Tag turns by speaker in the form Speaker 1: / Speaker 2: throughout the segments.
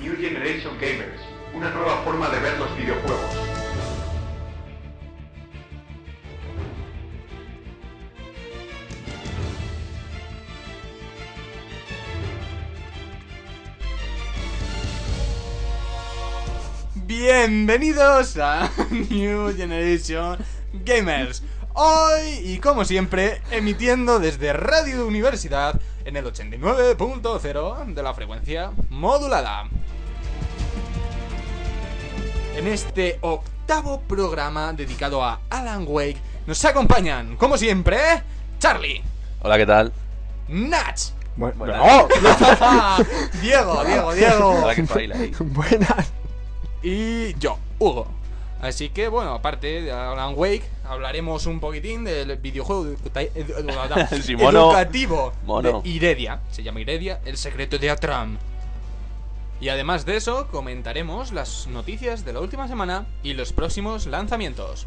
Speaker 1: New Generation Gamers, una nueva forma de ver los videojuegos.
Speaker 2: Bienvenidos a New Generation Gamers. Hoy y como siempre, emitiendo desde Radio Universidad en el 89.0 de la frecuencia modulada. En este octavo programa dedicado a Alan Wake, nos acompañan, como siempre, Charlie,
Speaker 3: Hola, ¿qué tal?
Speaker 2: Nach,
Speaker 4: Bueno,
Speaker 3: Buenas.
Speaker 2: Diego, Diego, Diego
Speaker 3: Hola, que baila ahí.
Speaker 4: Buenas.
Speaker 2: y yo, Hugo. Así que bueno, aparte de Alan Wake, hablaremos un poquitín del videojuego edu- edu-
Speaker 3: Sí, mono.
Speaker 2: educativo
Speaker 3: Mono.
Speaker 2: de Iredia. Se llama Iredia, el secreto de Atram. Y además de eso, comentaremos las noticias de la última semana y los próximos lanzamientos.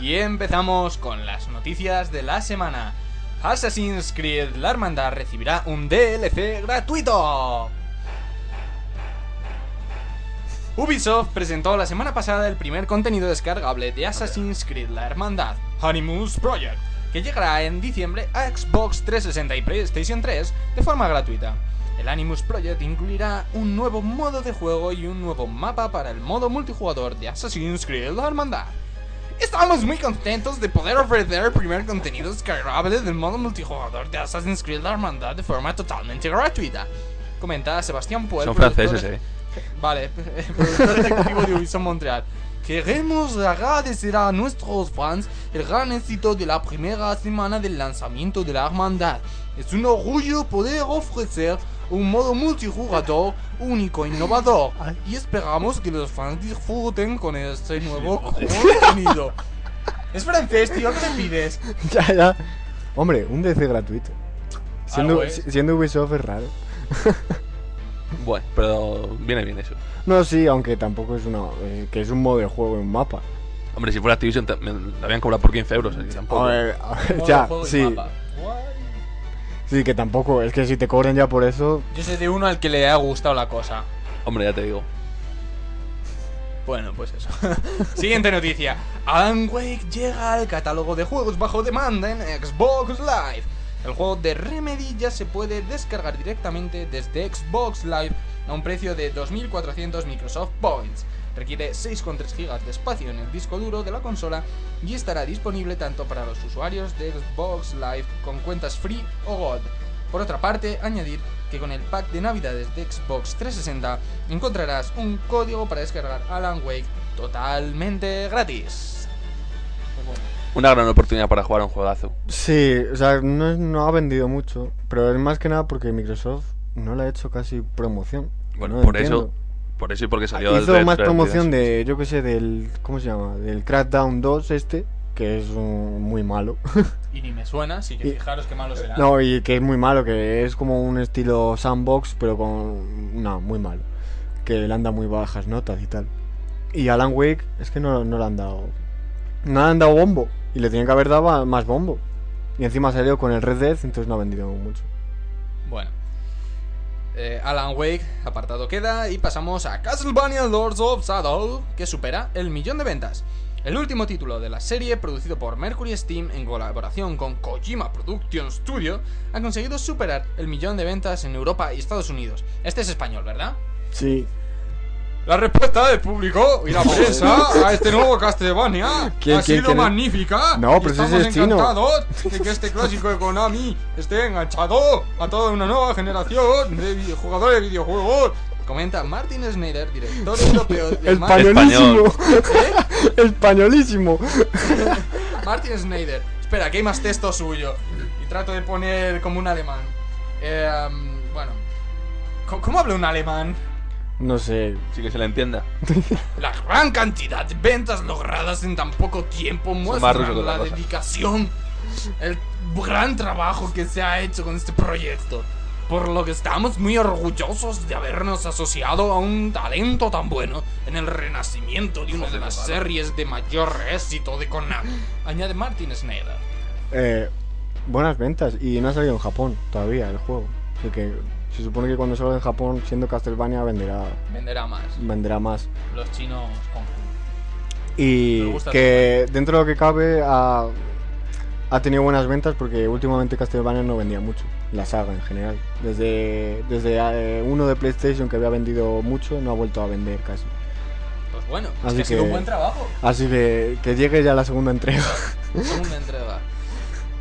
Speaker 2: Y empezamos con las noticias de la semana. Assassin's Creed La Hermandad recibirá un DLC gratuito. Ubisoft presentó la semana pasada el primer contenido descargable de Assassin's Creed La Hermandad, Honeymoon's Project, que llegará en diciembre a Xbox 360 y PlayStation 3 de forma gratuita. El Animus Project incluirá un nuevo modo de juego y un nuevo mapa para el modo multijugador de Assassin's Creed La Hermandad. Estamos muy contentos de poder ofrecer el primer contenido descargable del modo multijugador de Assassin's Creed La Hermandad de forma totalmente gratuita. Comenta Sebastián Puel.
Speaker 3: Son
Speaker 2: productor-
Speaker 3: franceses, eh.
Speaker 2: Vale, productor ejecutivo de Ubisoft Montreal. Queremos agradecer a nuestros fans el gran éxito de la primera semana del lanzamiento de la hermandad. Es un orgullo poder ofrecer un modo multijugador único e innovador y esperamos que los fans disfruten con este nuevo contenido. Es francés, tío, ¿qué te pides?
Speaker 4: Ya, ya. Hombre, un DC gratuito.
Speaker 2: Algo
Speaker 4: Siendo,
Speaker 2: es.
Speaker 4: si- siendo Ubisoft es raro.
Speaker 3: Bueno, pero viene bien eso.
Speaker 4: No, sí, aunque tampoco es una. eh, que es un modo de juego en un mapa.
Speaker 3: Hombre, si fuera Activision, ta- me lo habían cobrado por 15 euros, así que tampoco.
Speaker 4: A ver, a ver,
Speaker 2: Modo
Speaker 4: ya,
Speaker 2: juego y
Speaker 4: sí.
Speaker 2: mapa.
Speaker 4: Sí, que tampoco. Es que si te cobran ya por eso.
Speaker 2: Yo sé de uno al que le ha gustado la cosa.
Speaker 3: Hombre, ya te digo.
Speaker 2: Bueno, pues eso. Siguiente noticia. Alan Wake llega al catálogo de juegos bajo demanda en Xbox Live. El juego de Remedy ya se puede descargar directamente desde Xbox Live a un precio de 2.400 Microsoft Points. Requiere 6,3 GB de espacio en el disco duro de la consola y estará disponible tanto para los usuarios de Xbox Live con cuentas free o gold. Por otra parte, añadir que con el pack de navidades de Xbox 360 encontrarás un código para descargar Alan Wake totalmente gratis.
Speaker 3: Una gran oportunidad para jugar a un juegazo.
Speaker 4: Sí, o sea, no, es- no ha vendido mucho. Pero es más que nada porque Microsoft no le ha hecho casi promoción.
Speaker 3: Bueno,
Speaker 4: No
Speaker 3: por
Speaker 4: entiendo.
Speaker 3: eso. Por eso y porque salió del
Speaker 4: Hizo
Speaker 3: Red
Speaker 4: más
Speaker 3: Dead
Speaker 4: promoción
Speaker 3: Redemption.
Speaker 4: de, yo que sé, del. ¿Cómo se llama? Del Crackdown 2, este. Que es un- muy malo.
Speaker 2: Y ni me suena, así que
Speaker 4: Y- eh,
Speaker 2: fijaros qué malo será.
Speaker 4: No, y que es muy malo, que es como un estilo sandbox, pero con. No, muy malo. Que le han dado muy bajas notas y tal. Y Alan Wake, es que no, no le han dado. No le han dado bombo. Y le tenían que haber dado a- más bombo. Y encima salió con el Red Dead, entonces no ha vendido mucho.
Speaker 2: Bueno. Eh, Alan Wake, apartado queda, y pasamos a Castlevania Lords of Shadow, que supera el millón de ventas. El último título de la serie, producido por Mercury Steam en colaboración con Kojima Production Studio, ha conseguido superar el millón de ventas en Europa y Estados Unidos. Este es español, ¿verdad?
Speaker 4: Sí.
Speaker 2: La respuesta del público y la prensa a este nuevo Castlevania
Speaker 4: ¿Quién-
Speaker 2: ha
Speaker 4: quién-
Speaker 2: sido
Speaker 4: quién es?
Speaker 2: magnífica.
Speaker 4: No,
Speaker 2: y
Speaker 4: pero ese es
Speaker 2: estamos
Speaker 4: chino.
Speaker 2: encantados de que este clásico de Konami esté enganchado a toda una nueva generación de video- jugadores de videojuegos. Comenta Martin Schneider, director europeo de
Speaker 4: El
Speaker 2: Mar-
Speaker 4: pañolísimo.
Speaker 2: ¿Eh?
Speaker 4: El pañolísimo.
Speaker 2: Martin Schneider. Espera, que hay más texto suyo. Y trato de poner como un alemán. Eh, bueno, ¿cómo, cómo habla un alemán?
Speaker 4: No sé.
Speaker 3: Sí que se le entienda.
Speaker 2: La gran cantidad de ventas logradas en tan poco tiempo
Speaker 3: más rusos
Speaker 2: muestran
Speaker 3: que
Speaker 2: la
Speaker 3: otra cosa.
Speaker 2: dedicación, el gran trabajo que se ha hecho con este proyecto. Por lo que estamos muy orgullosos de habernos asociado a un talento tan bueno en el renacimiento de una de las series de mayor éxito de Konami. Añade Martin Schneider.
Speaker 4: Eh, buenas ventas. Y no ha salido en Japón todavía el juego. Así que se supone que cuando salga en Japón, siendo Castlevania, venderá,
Speaker 2: Venderá más.
Speaker 4: venderá más.
Speaker 2: Los chinos con... Me
Speaker 4: Y
Speaker 2: gusta
Speaker 4: que dentro de lo que cabe ha, ha tenido buenas ventas porque últimamente Castlevania no vendía mucho, la saga en general. Desde, desde eh, uno de PlayStation que había vendido mucho, no ha vuelto a vender casi.
Speaker 2: Pues bueno, es
Speaker 4: Así
Speaker 2: que ha sido un
Speaker 4: que-
Speaker 2: buen trabajo.
Speaker 4: Así que que llegue ya la segunda entrega.
Speaker 2: Segunda entrega.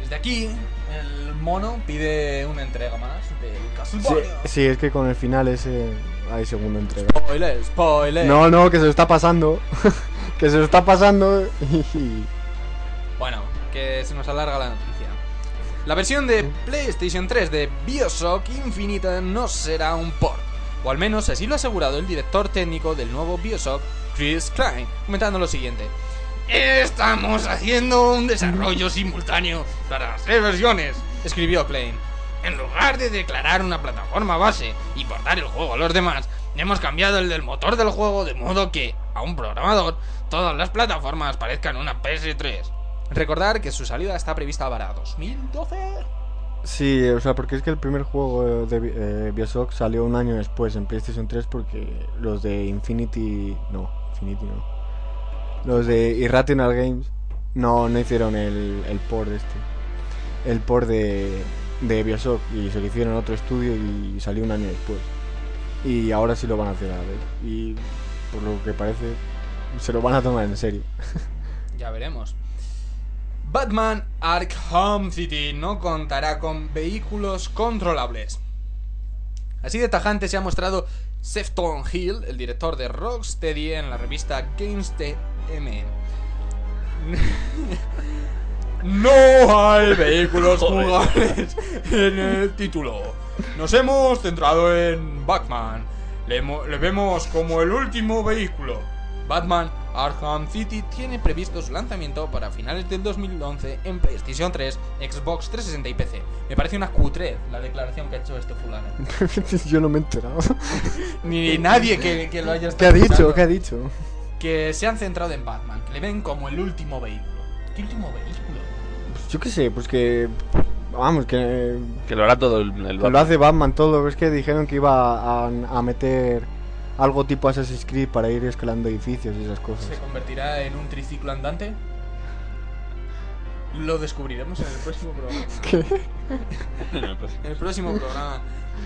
Speaker 2: Desde aquí, el mono pide una entrega más del
Speaker 4: Sí,
Speaker 2: Castlevania.
Speaker 4: sí, es que con el final ese hay segunda entrega.
Speaker 2: Spoiler, spoiler.
Speaker 4: No, no, que se lo está pasando. que se lo está pasando. y-
Speaker 2: Bueno, que se nos alarga la noticia. La versión de PlayStation 3 de Bioshock Infinita no será un port. O al menos así lo ha asegurado el director técnico del nuevo Bioshock, Chris Klein, comentando lo siguiente. Estamos haciendo un desarrollo simultáneo para las tres versiones, escribió Klein. En lugar de declarar una plataforma base y portar el juego a los demás, hemos cambiado el del motor del juego de modo que, a un programador, todas las plataformas parezcan una PS3. Recordar que su salida está prevista para 2012.
Speaker 4: Sí, o sea, porque es que el primer juego de Bi- eh, Bioshock salió un año después en PlayStation 3 porque los de Infinity... No, Infinity no. Los de Irrational Games no, no hicieron el, el port este. El port de, de Bioshock y se lo hicieron a otro estudio y salió un año después. Y ahora sí lo van a hacer a ver. Y por lo que parece, se lo van a tomar en serio.
Speaker 2: Ya veremos. Batman Arkham City no contará con vehículos controlables. Así de tajante se ha mostrado Sefton Hill, el director de Rocksteady, en la revista Games TM. No hay vehículos jugables en el título. Nos hemos centrado en Batman. Le, mo- le vemos como el último vehículo. Batman Arkham City tiene previsto su lanzamiento para finales del 2011 en PlayStation 3, Xbox 360 y PC. Me parece una cutre la declaración que ha hecho este fulano.
Speaker 4: Yo no me he enterado.
Speaker 2: Ni nadie que, que lo haya
Speaker 4: ¿Qué ha
Speaker 2: estado
Speaker 4: dicho?
Speaker 2: escuchando.
Speaker 4: ¿Qué ha dicho?
Speaker 2: Que se han centrado en Batman, que le ven como el último vehículo. ¿Qué último vehículo?
Speaker 4: Pues yo qué sé, pues que. Vamos, que.
Speaker 3: Que lo hará todo el, el
Speaker 4: Lo hace Batman todo. Es que dijeron que iba a, a meter algo tipo Assassin's Creed para ir escalando edificios y esas cosas.
Speaker 2: ¿Se convertirá en un triciclo andante? Lo descubriremos en el próximo programa. En el próximo programa.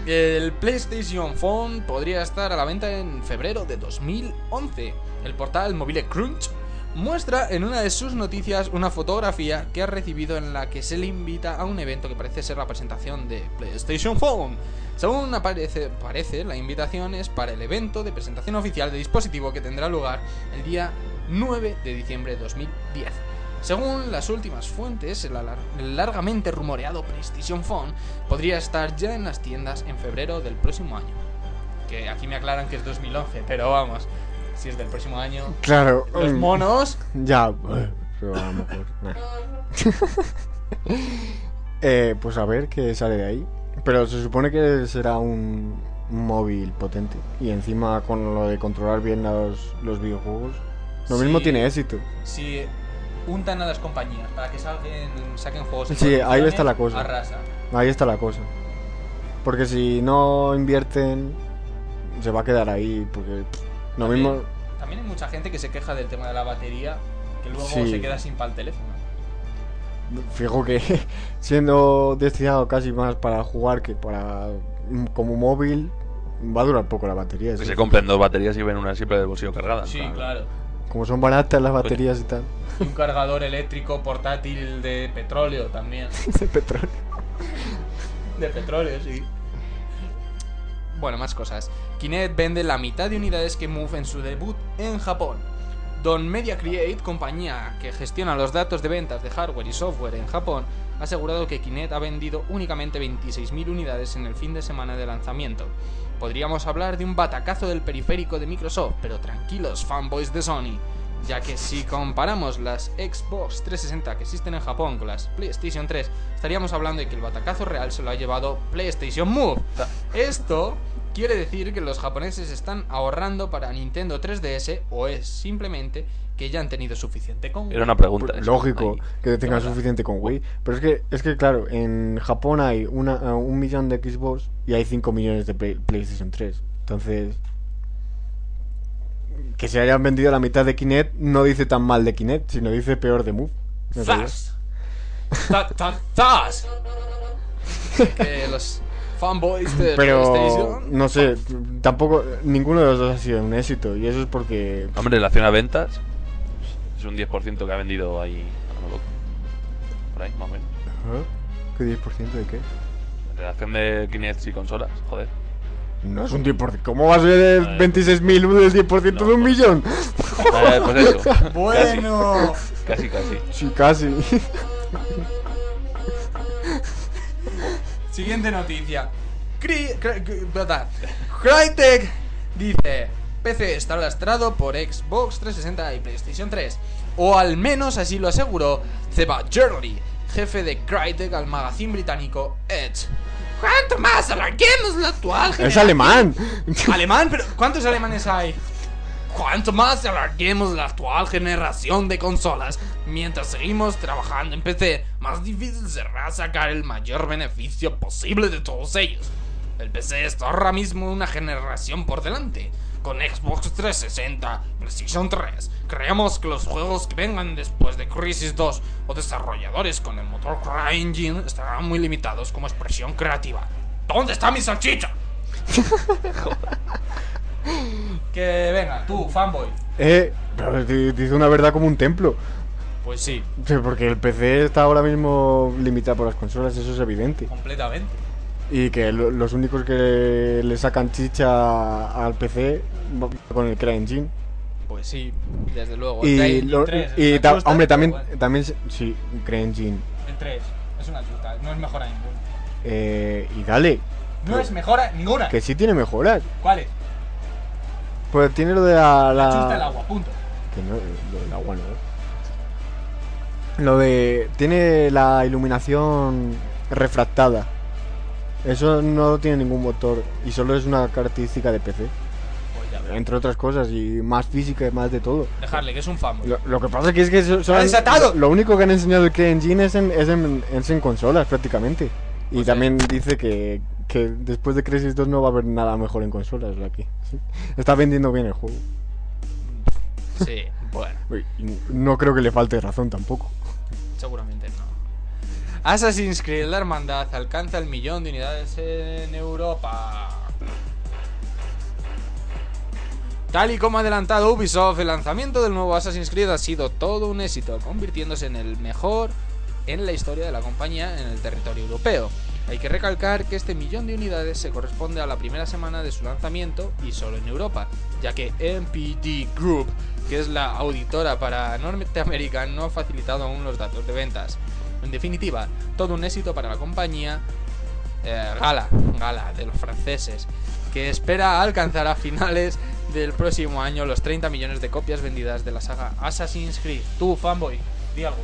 Speaker 2: El PlayStation Phone podría estar a la venta en febrero de 2011. El portal Mobile Crunch muestra en una de sus noticias una fotografía que ha recibido en la que se le invita a un evento que parece ser la presentación de PlayStation Phone. Según aparece, parece, la invitación es para el evento de presentación oficial de dispositivo que tendrá lugar el día 9 de diciembre de 2010. Según las últimas fuentes, el, alar- el largamente rumoreado PlayStation Phone podría estar ya en las tiendas en febrero del próximo año. Que aquí me aclaran que es 2011, pero vamos, si es del próximo año...
Speaker 4: Claro.
Speaker 2: Los
Speaker 4: mm,
Speaker 2: monos...
Speaker 4: Ya. eh, Pero a lo mejor. nah. Eh, pues a ver qué sale de ahí. Pero se supone que será un un móvil potente. Y encima con lo de controlar bien los, los videojuegos. Lo mismo
Speaker 2: Sí.
Speaker 4: tiene éxito.
Speaker 2: si untan a las compañías para que salgan, saquen juegos. en
Speaker 4: Sí,
Speaker 2: condiciones,
Speaker 4: ahí está la cosa.
Speaker 2: Arrasa.
Speaker 4: Ahí está la cosa. Porque si no invierten, se va a quedar ahí. Porque pff, lo
Speaker 2: También-
Speaker 4: mismo.
Speaker 2: También hay mucha gente que se queja del tema de la batería, que luego
Speaker 4: Sí.
Speaker 2: se queda sin para el teléfono.
Speaker 4: Fijo que siendo destinado casi más para jugar que para. como móvil, va a durar poco la batería.
Speaker 3: Que
Speaker 4: sí.
Speaker 3: se compren dos baterías y ven una siempre del bolsillo cargada.
Speaker 2: Sí,
Speaker 3: Claro.
Speaker 2: claro.
Speaker 4: Como son baratas las baterías y tal.
Speaker 2: Y un cargador eléctrico portátil de petróleo también.
Speaker 4: De petróleo.
Speaker 2: De petróleo, sí. Bueno, más cosas. Kinect vende la mitad de unidades que Move en su debut en Japón. Don Media Create, compañía que gestiona los datos de ventas de hardware y software en Japón, ha asegurado que Kinect ha vendido únicamente 26.000 unidades en el fin de semana de lanzamiento. Podríamos hablar de un batacazo del periférico de Microsoft, pero tranquilos, fanboys de Sony, ya que si comparamos las Xbox 360 que existen en Japón con las PlayStation 3, estaríamos hablando de que el batacazo real se lo ha llevado PlayStation Move. Esto quiere decir que los japoneses están ahorrando para Nintendo 3DS o es simplemente que ya han tenido suficiente con
Speaker 3: Era una pregunta. esa.
Speaker 4: Pues Lógico,
Speaker 3: Ahí.
Speaker 4: que tenga
Speaker 3: Ahora.
Speaker 4: suficiente con Wii. Pero es que, es que claro, en Japón hay una, eh, un millón de Xbox y hay 5 millones de Play- PlayStation 3. Entonces, que se hayan vendido la mitad de Kinect no dice tan mal de Kinect, sino dice peor de Move. No sé yo.
Speaker 2: ¡Zas! ¡Ta, ta, zas! que los fanboys de
Speaker 4: Pero,
Speaker 2: PlayStation
Speaker 4: no sé, tampoco, ninguno de los dos ha sido un éxito. Y eso es porque...
Speaker 3: Hombre, en relación a ventas, es un 10% que ha vendido ahí. a lo loco. Por ahí, más o menos.
Speaker 4: ¿Eh? ¿Qué 10% de qué?
Speaker 3: En relación de Kinect y consolas, joder.
Speaker 4: No es un 10%. ¿Cómo va a ser el 26.000 un del 10% de
Speaker 3: No,
Speaker 4: un
Speaker 3: pues-
Speaker 4: millón?
Speaker 3: Eh, pues eso. casi,
Speaker 2: Bueno,
Speaker 3: Casi, casi.
Speaker 4: Sí, casi.
Speaker 2: siguiente noticia. Cri- cri- cri- bla- Crytek dice: PC está lastrado por Xbox 360 y PlayStation 3. O al menos así lo aseguró Zeba Journey, jefe de Crytek al magazine británico Edge. ¿Cuánto más alarguemos la actual
Speaker 4: Es
Speaker 2: generación?
Speaker 4: alemán.
Speaker 2: Alemán, pero ¿cuántos alemanes hay? Cuanto más alarguemos la actual generación de consolas, mientras seguimos trabajando en PC, más difícil será sacar el mayor beneficio posible de todos ellos. El PC está ahora mismo una generación por delante. Con Xbox 360, PlayStation 3, creemos que los juegos que vengan después de Crisis 2 o desarrolladores con el motor CryEngine estarán muy limitados como expresión creativa. ¿Dónde está mi salchicha? Que venga, tú, fanboy.
Speaker 4: Eh, pero di- dice una verdad como un templo.
Speaker 2: Pues sí,
Speaker 4: Sí, Porque el PC está ahora mismo limitado por las consolas, eso es evidente.
Speaker 2: completamente.
Speaker 4: Y que lo- los únicos que le sacan chicha al PC va con el CryEngine.
Speaker 2: Pues sí, desde luego.
Speaker 4: Y,
Speaker 2: Dying
Speaker 4: lo-
Speaker 2: tres es
Speaker 4: y
Speaker 2: una
Speaker 4: ta-
Speaker 2: chusta,
Speaker 4: hombre,
Speaker 2: pero
Speaker 4: también,
Speaker 2: bueno.
Speaker 4: también se- sí, CryEngine.
Speaker 2: El 3 es una chusta, no es mejora ninguna.
Speaker 4: Eh, y dale,
Speaker 2: No es mejora ninguna.
Speaker 4: que sí tiene mejoras.
Speaker 2: ¿Cuál es?
Speaker 4: Pues tiene lo de la... la-
Speaker 2: Chusta el agua, punto.
Speaker 4: Que no, lo del agua no. ¿eh? Lo de. Tiene la iluminación refractada. Eso no tiene ningún motor y solo es una característica de PC,
Speaker 2: Pues ya ves.
Speaker 4: entre otras cosas, y más física y más de todo.
Speaker 2: Dejarle, que es un fanboy.
Speaker 4: Lo, lo que pasa que es que so- son-
Speaker 2: desatado!
Speaker 4: Lo, lo único que han enseñado el CryEngine es en, es en, es en consolas prácticamente. Y
Speaker 2: Pues sí.
Speaker 4: también dice que, que después de Crisis 2 no va a haber nada mejor en consolas de aquí. Sí. Está vendiendo bien el juego.
Speaker 2: Sí, bueno,
Speaker 4: Y No creo que le falte razón tampoco.
Speaker 2: seguramente no. Assassin's Creed La Hermandad alcanza el millón de unidades en Europa. Tal y como ha adelantado Ubisoft, el lanzamiento del nuevo Assassin's Creed ha sido todo un éxito, convirtiéndose en el mejor en la historia de la compañía en el territorio europeo. Hay que recalcar que este millón de unidades se corresponde a la primera semana de su lanzamiento y solo en Europa, ya que MPD Group, que es la auditora para Norteamérica, no ha facilitado aún los datos de ventas. En definitiva, todo un éxito para la compañía eh, Gala, Gala de los franceses, que espera alcanzar a finales del próximo año los 30 millones de copias vendidas de la saga Assassin's Creed. Tú, fanboy, di algo.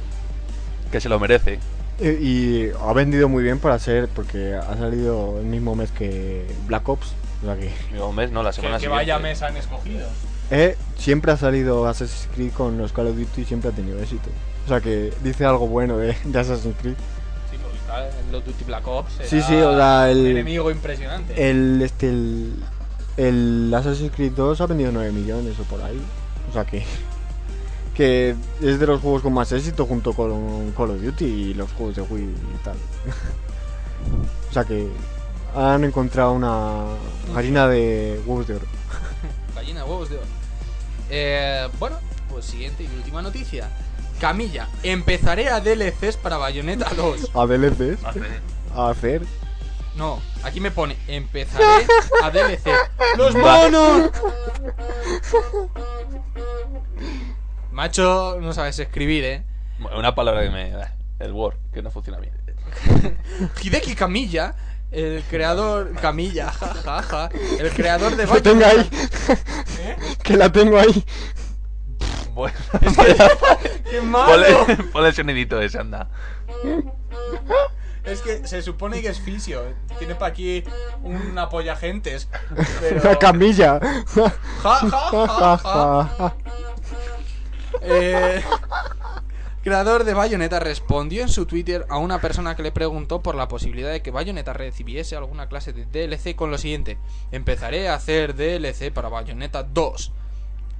Speaker 3: Que se lo merece.
Speaker 4: Eh, Y ha vendido muy bien para ser, porque ha salido el mismo mes que Black Ops. O sea que,
Speaker 3: Digo, un mes, no, la semana siguiente.
Speaker 2: han escogido.
Speaker 4: eh, siempre ha salido Assassin's Creed con los Call of Duty y siempre ha tenido éxito. O sea que dice algo bueno de, de Assassin's Creed.
Speaker 2: Sí, porque claro, los Duty Black Ops.
Speaker 4: Sí,
Speaker 2: era
Speaker 4: sí, o sea, el-
Speaker 2: un enemigo impresionante.
Speaker 4: El, este, el, el Assassin's Creed 2 ha vendido 9 millones o por ahí. O sea que, que es de los juegos con más éxito junto con Call of Duty y los juegos de Wii y tal. o sea que han encontrado una harina de huevos de oro.
Speaker 2: Gallina de huevos de oro. Eh, bueno, pues siguiente y última noticia. Camilla, empezaré a DLCs para Bayonetta 2.
Speaker 4: a DLCs
Speaker 3: Ah, sí.
Speaker 4: a hacer.
Speaker 2: No, aquí me pone, empezaré a DLC. ¡Los
Speaker 3: Va.
Speaker 2: monos! Macho, no sabes escribir, ¿eh?
Speaker 3: Una palabra que me. El Word, que no funciona bien.
Speaker 2: Hideki Camilla, el creador... Camilla, jajaja. el creador de...
Speaker 4: Que tenga ahí. que la tengo ahí.
Speaker 3: Bueno,
Speaker 2: ¡Qué
Speaker 3: ponle,
Speaker 2: malo!
Speaker 3: ponle el sonidito ese, anda.
Speaker 2: Es que se supone que es fisio. Tiene para aquí un apoyagentes.
Speaker 4: Una
Speaker 2: Pero...
Speaker 4: camilla.
Speaker 2: Ja, ja, ja, ja. Eh, creador de Bayonetta respondió en su Twitter a una persona que le preguntó por la posibilidad de que Bayonetta recibiese alguna clase de DLC con lo siguiente. Empezaré a hacer DLC para Bayonetta 2.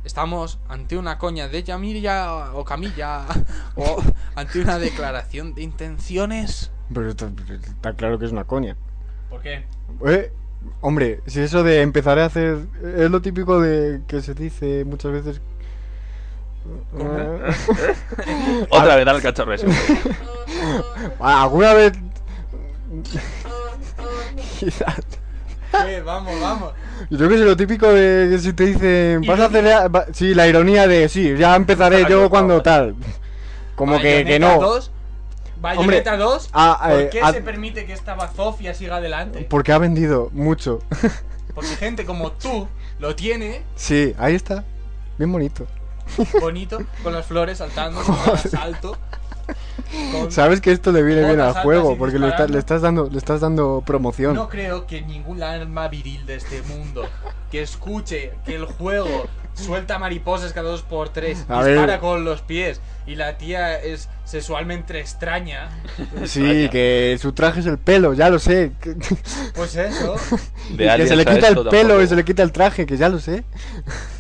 Speaker 2: Estamos ante una coña de Yamilla o Camilla o ante una declaración de intenciones.
Speaker 4: Pero está, está claro que es una coña.
Speaker 2: ¿Por qué?
Speaker 4: Eh, hombre, si eso de empezar a hacer. Es lo típico de que se dice muchas veces. Eh,
Speaker 3: Otra vez, dale el cachorro ese.
Speaker 4: Ah, ¿Alguna vez.? Quizás.
Speaker 2: Eh, Vamos, vamos.
Speaker 4: Yo creo que es lo típico de que si te dicen. Vas a hacer. a- va- Sí, la ironía de. Sí, ya empezaré
Speaker 3: Empezará
Speaker 4: yo
Speaker 3: yo,
Speaker 4: cuando
Speaker 3: ahora".
Speaker 4: tal. Como que, que no.
Speaker 2: 2, Bayonetta 2.
Speaker 4: Ah,
Speaker 2: ¿Por
Speaker 4: eh,
Speaker 2: qué
Speaker 4: ah,
Speaker 2: se permite que esta bazofia siga adelante?
Speaker 4: porque ha vendido mucho.
Speaker 2: Porque gente como tú lo tiene
Speaker 4: Sí, ahí está. Bien bonito.
Speaker 2: bonito, con las flores saltando, con cada salto. con-
Speaker 4: Sabes que esto le viene bien
Speaker 2: Botas
Speaker 4: al
Speaker 2: altas
Speaker 4: juego,
Speaker 2: y
Speaker 4: porque lo está-
Speaker 2: disparando.
Speaker 4: le estás dando, le estás dando promoción.
Speaker 2: No creo que ningún alma viril de este mundo que escuche que el juego suelta mariposas cada dos por tres,
Speaker 4: A
Speaker 2: dispara
Speaker 4: ver.
Speaker 2: con los pies y la tía es sexualmente extraña,
Speaker 4: Sí, que su traje es el pelo, ya lo sé. Que,
Speaker 2: pues eso,
Speaker 3: De
Speaker 4: que
Speaker 3: aliens
Speaker 4: se le
Speaker 3: a
Speaker 4: quita el
Speaker 3: esto
Speaker 4: pelo
Speaker 3: tampoco.
Speaker 4: y se le quita el traje, que ya lo sé.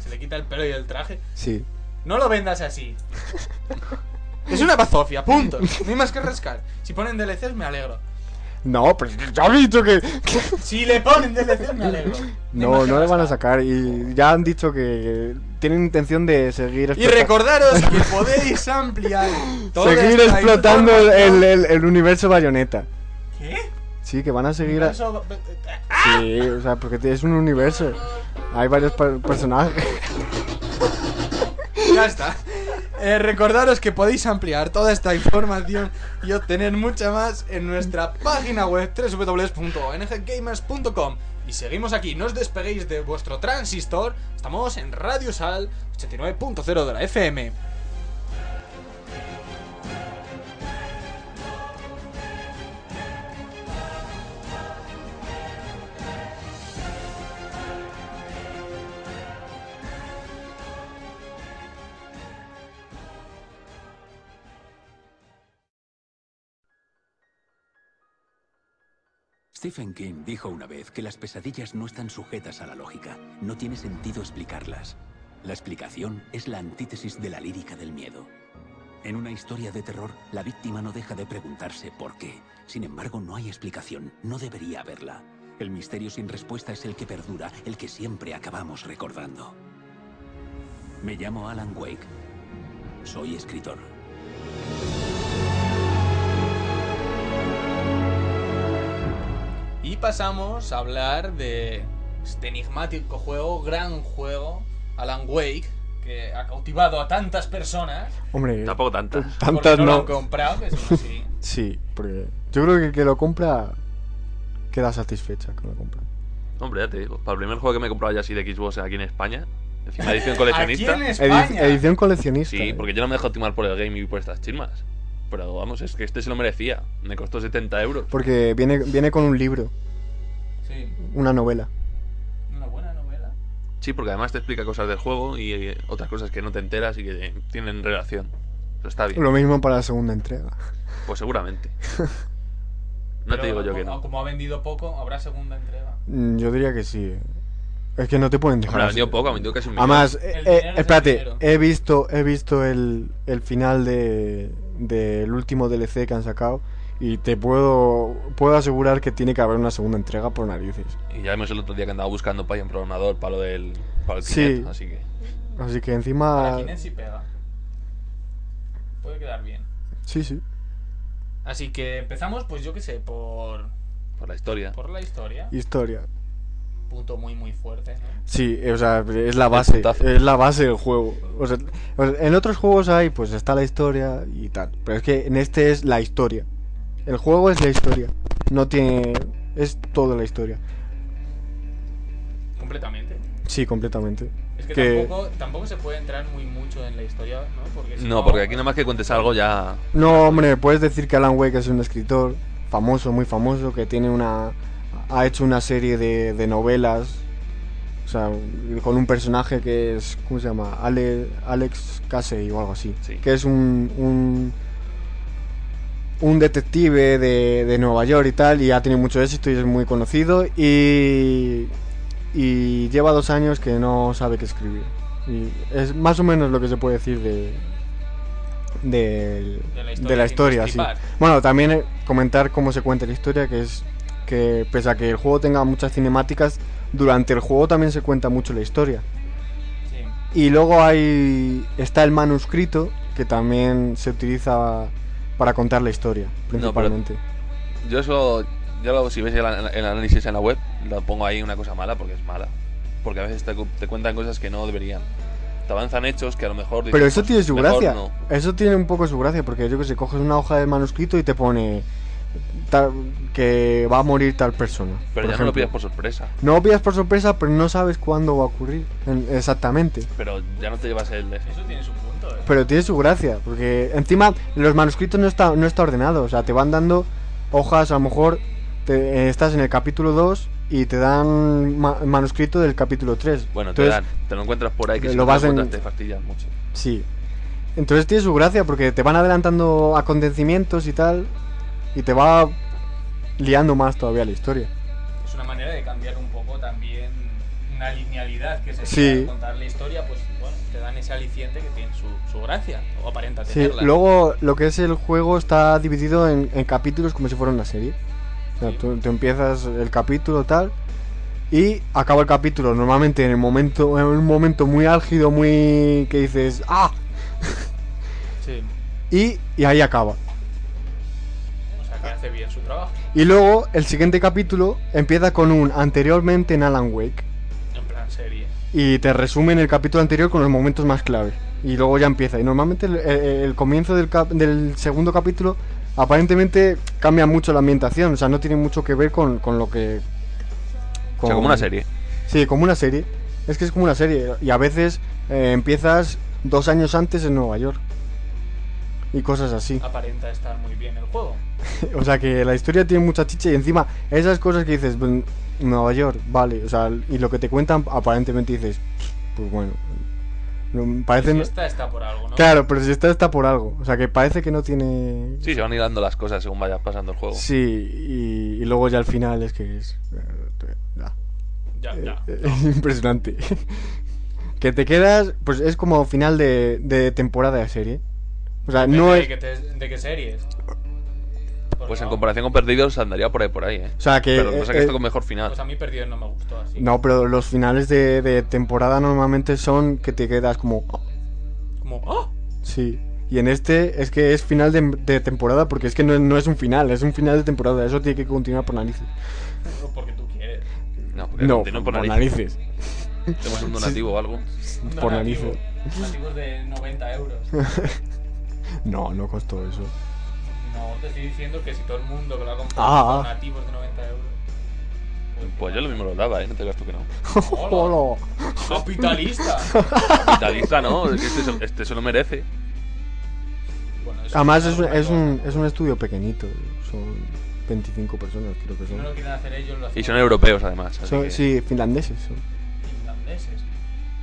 Speaker 2: se le quita el pelo y el traje.
Speaker 4: Sí.
Speaker 2: No lo vendas así. Es una bazofia, punto. No hay más que rascar. Si ponen DLCs me alegro.
Speaker 4: No, pues ya he dicho que. que-
Speaker 2: Si le ponen DLCs me alegro. hay más
Speaker 4: No,
Speaker 2: que
Speaker 4: no le van a
Speaker 2: rascar.
Speaker 4: sacar. Y ya han dicho que tienen intención de seguir
Speaker 2: Y
Speaker 4: explota-
Speaker 2: recordaros que podéis ampliar toda
Speaker 4: Seguir
Speaker 2: esta
Speaker 4: explotando el,
Speaker 2: información-
Speaker 4: el- el- el universo bayoneta.
Speaker 2: ¿Qué? eh,
Speaker 4: Sí, que van a seguir. a-
Speaker 2: Universo-
Speaker 4: Sí, o sea, porque es un universo. Hay varios per- personajes.
Speaker 2: Ya está. Eh, recordaros que podéis ampliar toda esta información y obtener mucha más en nuestra página web www.nggamers.com. Y seguimos aquí, no os despeguéis de vuestro transistor. Estamos en Radio Sal 89.0 de la FM.
Speaker 5: Stephen King dijo una vez que las pesadillas no están sujetas a la lógica. No tiene sentido explicarlas. La explicación es la antítesis de la lírica del miedo. En una historia de terror, la víctima no deja de preguntarse por qué. Sin embargo, no hay explicación. No debería haberla. El misterio sin respuesta es el que perdura, el que siempre acabamos recordando. Me llamo Alan Wake. Soy escritor.
Speaker 2: Y pasamos a hablar de este enigmático juego, gran juego, Alan Wake, que ha cautivado a tantas personas.
Speaker 4: Hombre,
Speaker 3: Tampoco tantas.
Speaker 2: porque
Speaker 4: tantas
Speaker 2: no, lo
Speaker 4: no.
Speaker 2: han comprado, que es así.
Speaker 4: Sí, porque yo creo que el que lo compra queda satisfecha con la compra.
Speaker 3: Hombre, ya te digo. Para el primer juego que me he comprado ya así de Xbox aquí en España, encima edición coleccionista.
Speaker 2: Aquí en
Speaker 4: Edi-
Speaker 2: España.
Speaker 4: edición coleccionista.
Speaker 3: Sí,
Speaker 4: eh.
Speaker 3: porque yo no me dejo timar por el game y por estas chismas. Pero vamos, es que este se lo merecía. Me costó 70 euros.
Speaker 4: Porque viene, viene con un libro,
Speaker 2: Sí,
Speaker 4: una novela.
Speaker 2: una buena novela.
Speaker 3: Sí, porque además te explica cosas del juego y eh, otras cosas que no te enteras y que eh, tienen relación. Eso está bien.
Speaker 4: Lo mismo para la segunda entrega.
Speaker 3: Pues seguramente. No
Speaker 2: Pero
Speaker 3: te digo yo que
Speaker 2: como-
Speaker 3: no.
Speaker 2: Como ha vendido poco, habrá segunda entrega.
Speaker 4: Mm, Yo diría que sí. eh. Es que no te pueden dejar.
Speaker 3: Hombre, ha
Speaker 4: así.
Speaker 3: vendido poco, ha vendido casi un millón.
Speaker 4: Además, eh,
Speaker 2: dinero
Speaker 4: eh,
Speaker 2: es el
Speaker 4: espérate,
Speaker 2: dinero.
Speaker 4: he visto, he visto el, el final de del último DLC que han sacado y te puedo puedo asegurar que tiene que haber una segunda entrega por narices.
Speaker 3: Y ya vemos el otro día que andaba buscando para un programador para lo del. para el
Speaker 4: Sí.
Speaker 3: Kinect, así que.
Speaker 4: Así que
Speaker 2: Para
Speaker 4: encima
Speaker 2: Kinect sí pega. Puede quedar bien.
Speaker 4: sí, sí.
Speaker 2: Así que empezamos, pues yo qué sé, por,
Speaker 3: Por la historia.
Speaker 2: por la historia.
Speaker 4: Historia.
Speaker 2: punto muy, muy fuerte, ¿no?
Speaker 4: Sí, eh, o sea, es la base.
Speaker 3: puntazo.
Speaker 4: Es la base del juego. O sea, o sea, en otros juegos hay, pues está la historia y tal. Pero es que en este es la historia. El juego es la historia. No tiene. Es toda la historia.
Speaker 2: Completamente.
Speaker 4: Sí, completamente.
Speaker 2: Es que,
Speaker 4: Que-
Speaker 2: Tampoco, tampoco se puede entrar muy mucho en la historia, ¿no? Porque si
Speaker 3: No, porque aquí nada más que cuentes algo ya.
Speaker 4: No, hombre, puedes decir que Alan Wake es un escritor famoso, muy famoso, que tiene una. ha hecho una serie de, de novelas. O sea, con un personaje que es. ¿Cómo se llama? Ale- Alex Casey o algo así.
Speaker 3: Sí.
Speaker 4: Que es un. un un detective de, de Nueva York y tal, y ha tenido mucho éxito y es muy conocido. Y. y lleva dos años que no sabe qué escribir. Y es más o menos lo que se puede decir de. del-
Speaker 2: De la historia
Speaker 4: de la
Speaker 2: sin
Speaker 4: historia, sí.
Speaker 2: destripar.
Speaker 4: Bueno, también eh, comentar cómo se cuenta la historia, que es que pese a que el juego tenga muchas cinemáticas, durante el juego también se cuenta mucho la historia.
Speaker 2: Sí.
Speaker 4: Y luego hay está el manuscrito que también se utiliza para contar la historia,
Speaker 3: pero-
Speaker 4: principalmente.
Speaker 3: Yo eso. Ya lo, si ves el, an- el análisis en la web, lo pongo ahí una cosa mala porque es mala. Porque a veces te, cu- te cuentan cosas que no deberían. Te avanzan hechos que a lo mejor. dices,
Speaker 4: Pero eso
Speaker 3: "Pues,
Speaker 4: tiene su
Speaker 3: mejor
Speaker 4: gracia.
Speaker 3: no".
Speaker 4: Eso tiene un poco su gracia, porque yo que sé, coges una hoja de manuscrito y te pone tal- que va a morir tal persona. por
Speaker 3: Pero ya no
Speaker 4: ejemplo.
Speaker 3: lo pillas por sorpresa.
Speaker 4: No lo pillas por sorpresa, pero no sabes cuándo va a ocurrir en- exactamente.
Speaker 3: Pero ya no te llevas el.
Speaker 2: Eso tiene su punto, ¿eh?
Speaker 4: Pero tiene su gracia, porque encima los manuscritos no está, no está ordenado, o sea, te van dando hojas, a lo mejor te- eh, estás en el capítulo 2 y te dan ma- manuscrito del capítulo 3.
Speaker 3: Bueno, te, dan, te lo encuentras por ahí que si
Speaker 4: lo
Speaker 3: no te
Speaker 4: vas en-
Speaker 3: encuentras te fastidias mucho.
Speaker 4: Sí. Entonces tiene su gracia porque te van adelantando acontecimientos y tal, y te va liando más todavía la historia.
Speaker 2: Es una manera de cambiar un poco también una linealidad que se
Speaker 4: Sí.
Speaker 2: tiene al contar la historia, pues bueno, te dan ese aliciente que tiene su, su gracia, o aparenta
Speaker 4: Sí,
Speaker 2: tenerla.
Speaker 4: luego lo que es el juego está dividido en, en capítulos como si fuera una serie. O sea,
Speaker 2: Sí.
Speaker 4: tú, tú empiezas el capítulo tal y acaba el capítulo normalmente en el momento en un momento muy álgido, muy que dices ah
Speaker 2: Sí.
Speaker 4: y, y ahí acaba.
Speaker 2: O sea, que hace bien su trabajo.
Speaker 4: Y luego el siguiente capítulo empieza con un anteriormente en Alan Wake
Speaker 2: En plan serie.
Speaker 4: y te resumen el capítulo anterior con los momentos más clave. Y luego ya empieza. Y normalmente el, el- el comienzo del, cap- del segundo capítulo aparentemente cambia mucho la ambientación. O sea, no tiene mucho que ver con, con lo que...
Speaker 3: O sea, como una serie.
Speaker 4: Sí, como una serie. Es que es como una serie. Y a veces eh, empiezas dos años antes en Nueva York. Y cosas así.
Speaker 2: Aparenta estar muy bien el juego.
Speaker 4: O sea que la historia tiene mucha chicha y encima esas cosas que dices, "Ben, Nueva York, vale, o sea, y lo que te cuentan aparentemente dices, pues bueno, no- parece...
Speaker 2: Si
Speaker 4: no-
Speaker 2: esta está por algo, ¿no?
Speaker 4: Claro, pero si está está por algo, o sea que parece que no tiene...
Speaker 3: Sí, se van hilando las cosas según vayas pasando el juego.
Speaker 4: Sí, y, y luego ya al final es que es... eh, ah,
Speaker 2: Ya,
Speaker 4: eh,
Speaker 2: ya.
Speaker 4: eh, es impresionante. que te quedas, pues es como final de, de temporada de serie. O sea,
Speaker 2: Depende
Speaker 4: no
Speaker 2: de
Speaker 4: es...
Speaker 2: que te- ¿De qué series? Porque
Speaker 3: Pues en
Speaker 2: no,
Speaker 3: comparación con Perdidos andaría por ahí, por ahí, ¿eh?
Speaker 4: O sea que...
Speaker 3: Pero lo que pasa es que
Speaker 4: eh,
Speaker 3: esto con mejor final.
Speaker 2: Pues a mí perdido no me gustó así.
Speaker 4: No, pero los finales de, de temporada normalmente son que te quedas como... "Oh",
Speaker 2: Como, ¡ah!
Speaker 4: Sí. Y en este es que es final de, de temporada porque es que no, no es un final, es un final de temporada. Eso tiene que continuar por narices.
Speaker 2: No, Porque tú quieres.
Speaker 3: No, porque
Speaker 4: No,
Speaker 3: continúan
Speaker 4: por
Speaker 3: nariz.
Speaker 4: narices.
Speaker 3: Tenemos un donativo o algo.
Speaker 2: nativo.
Speaker 4: Por narices.
Speaker 2: Nativos de 90 euros.
Speaker 4: No, no costó eso.
Speaker 2: No, te estoy diciendo que si todo el mundo que lo ha comprado
Speaker 4: Ah,
Speaker 2: son
Speaker 4: ah.
Speaker 2: nativos de 90 euros.
Speaker 3: Pues yo lo mismo lo daba, ¿eh? No te creas tú que no.
Speaker 2: Hola.
Speaker 4: Hola.
Speaker 2: Pues Capitalista.
Speaker 3: Capitalista, ¿no? Es que Este, se- este se lo merece.
Speaker 2: Bueno, eso
Speaker 4: Además
Speaker 2: es
Speaker 4: es, un- es,
Speaker 2: argumento.
Speaker 4: un, es un estudio pequeñito. Son 25 personas, creo que
Speaker 2: Si no lo
Speaker 4: son.
Speaker 2: quieren hacer ellos, lo hacen
Speaker 3: Y son europeos, además. así
Speaker 4: Son-
Speaker 3: que-
Speaker 4: sí, finlandeses. son.
Speaker 2: los finlandeses.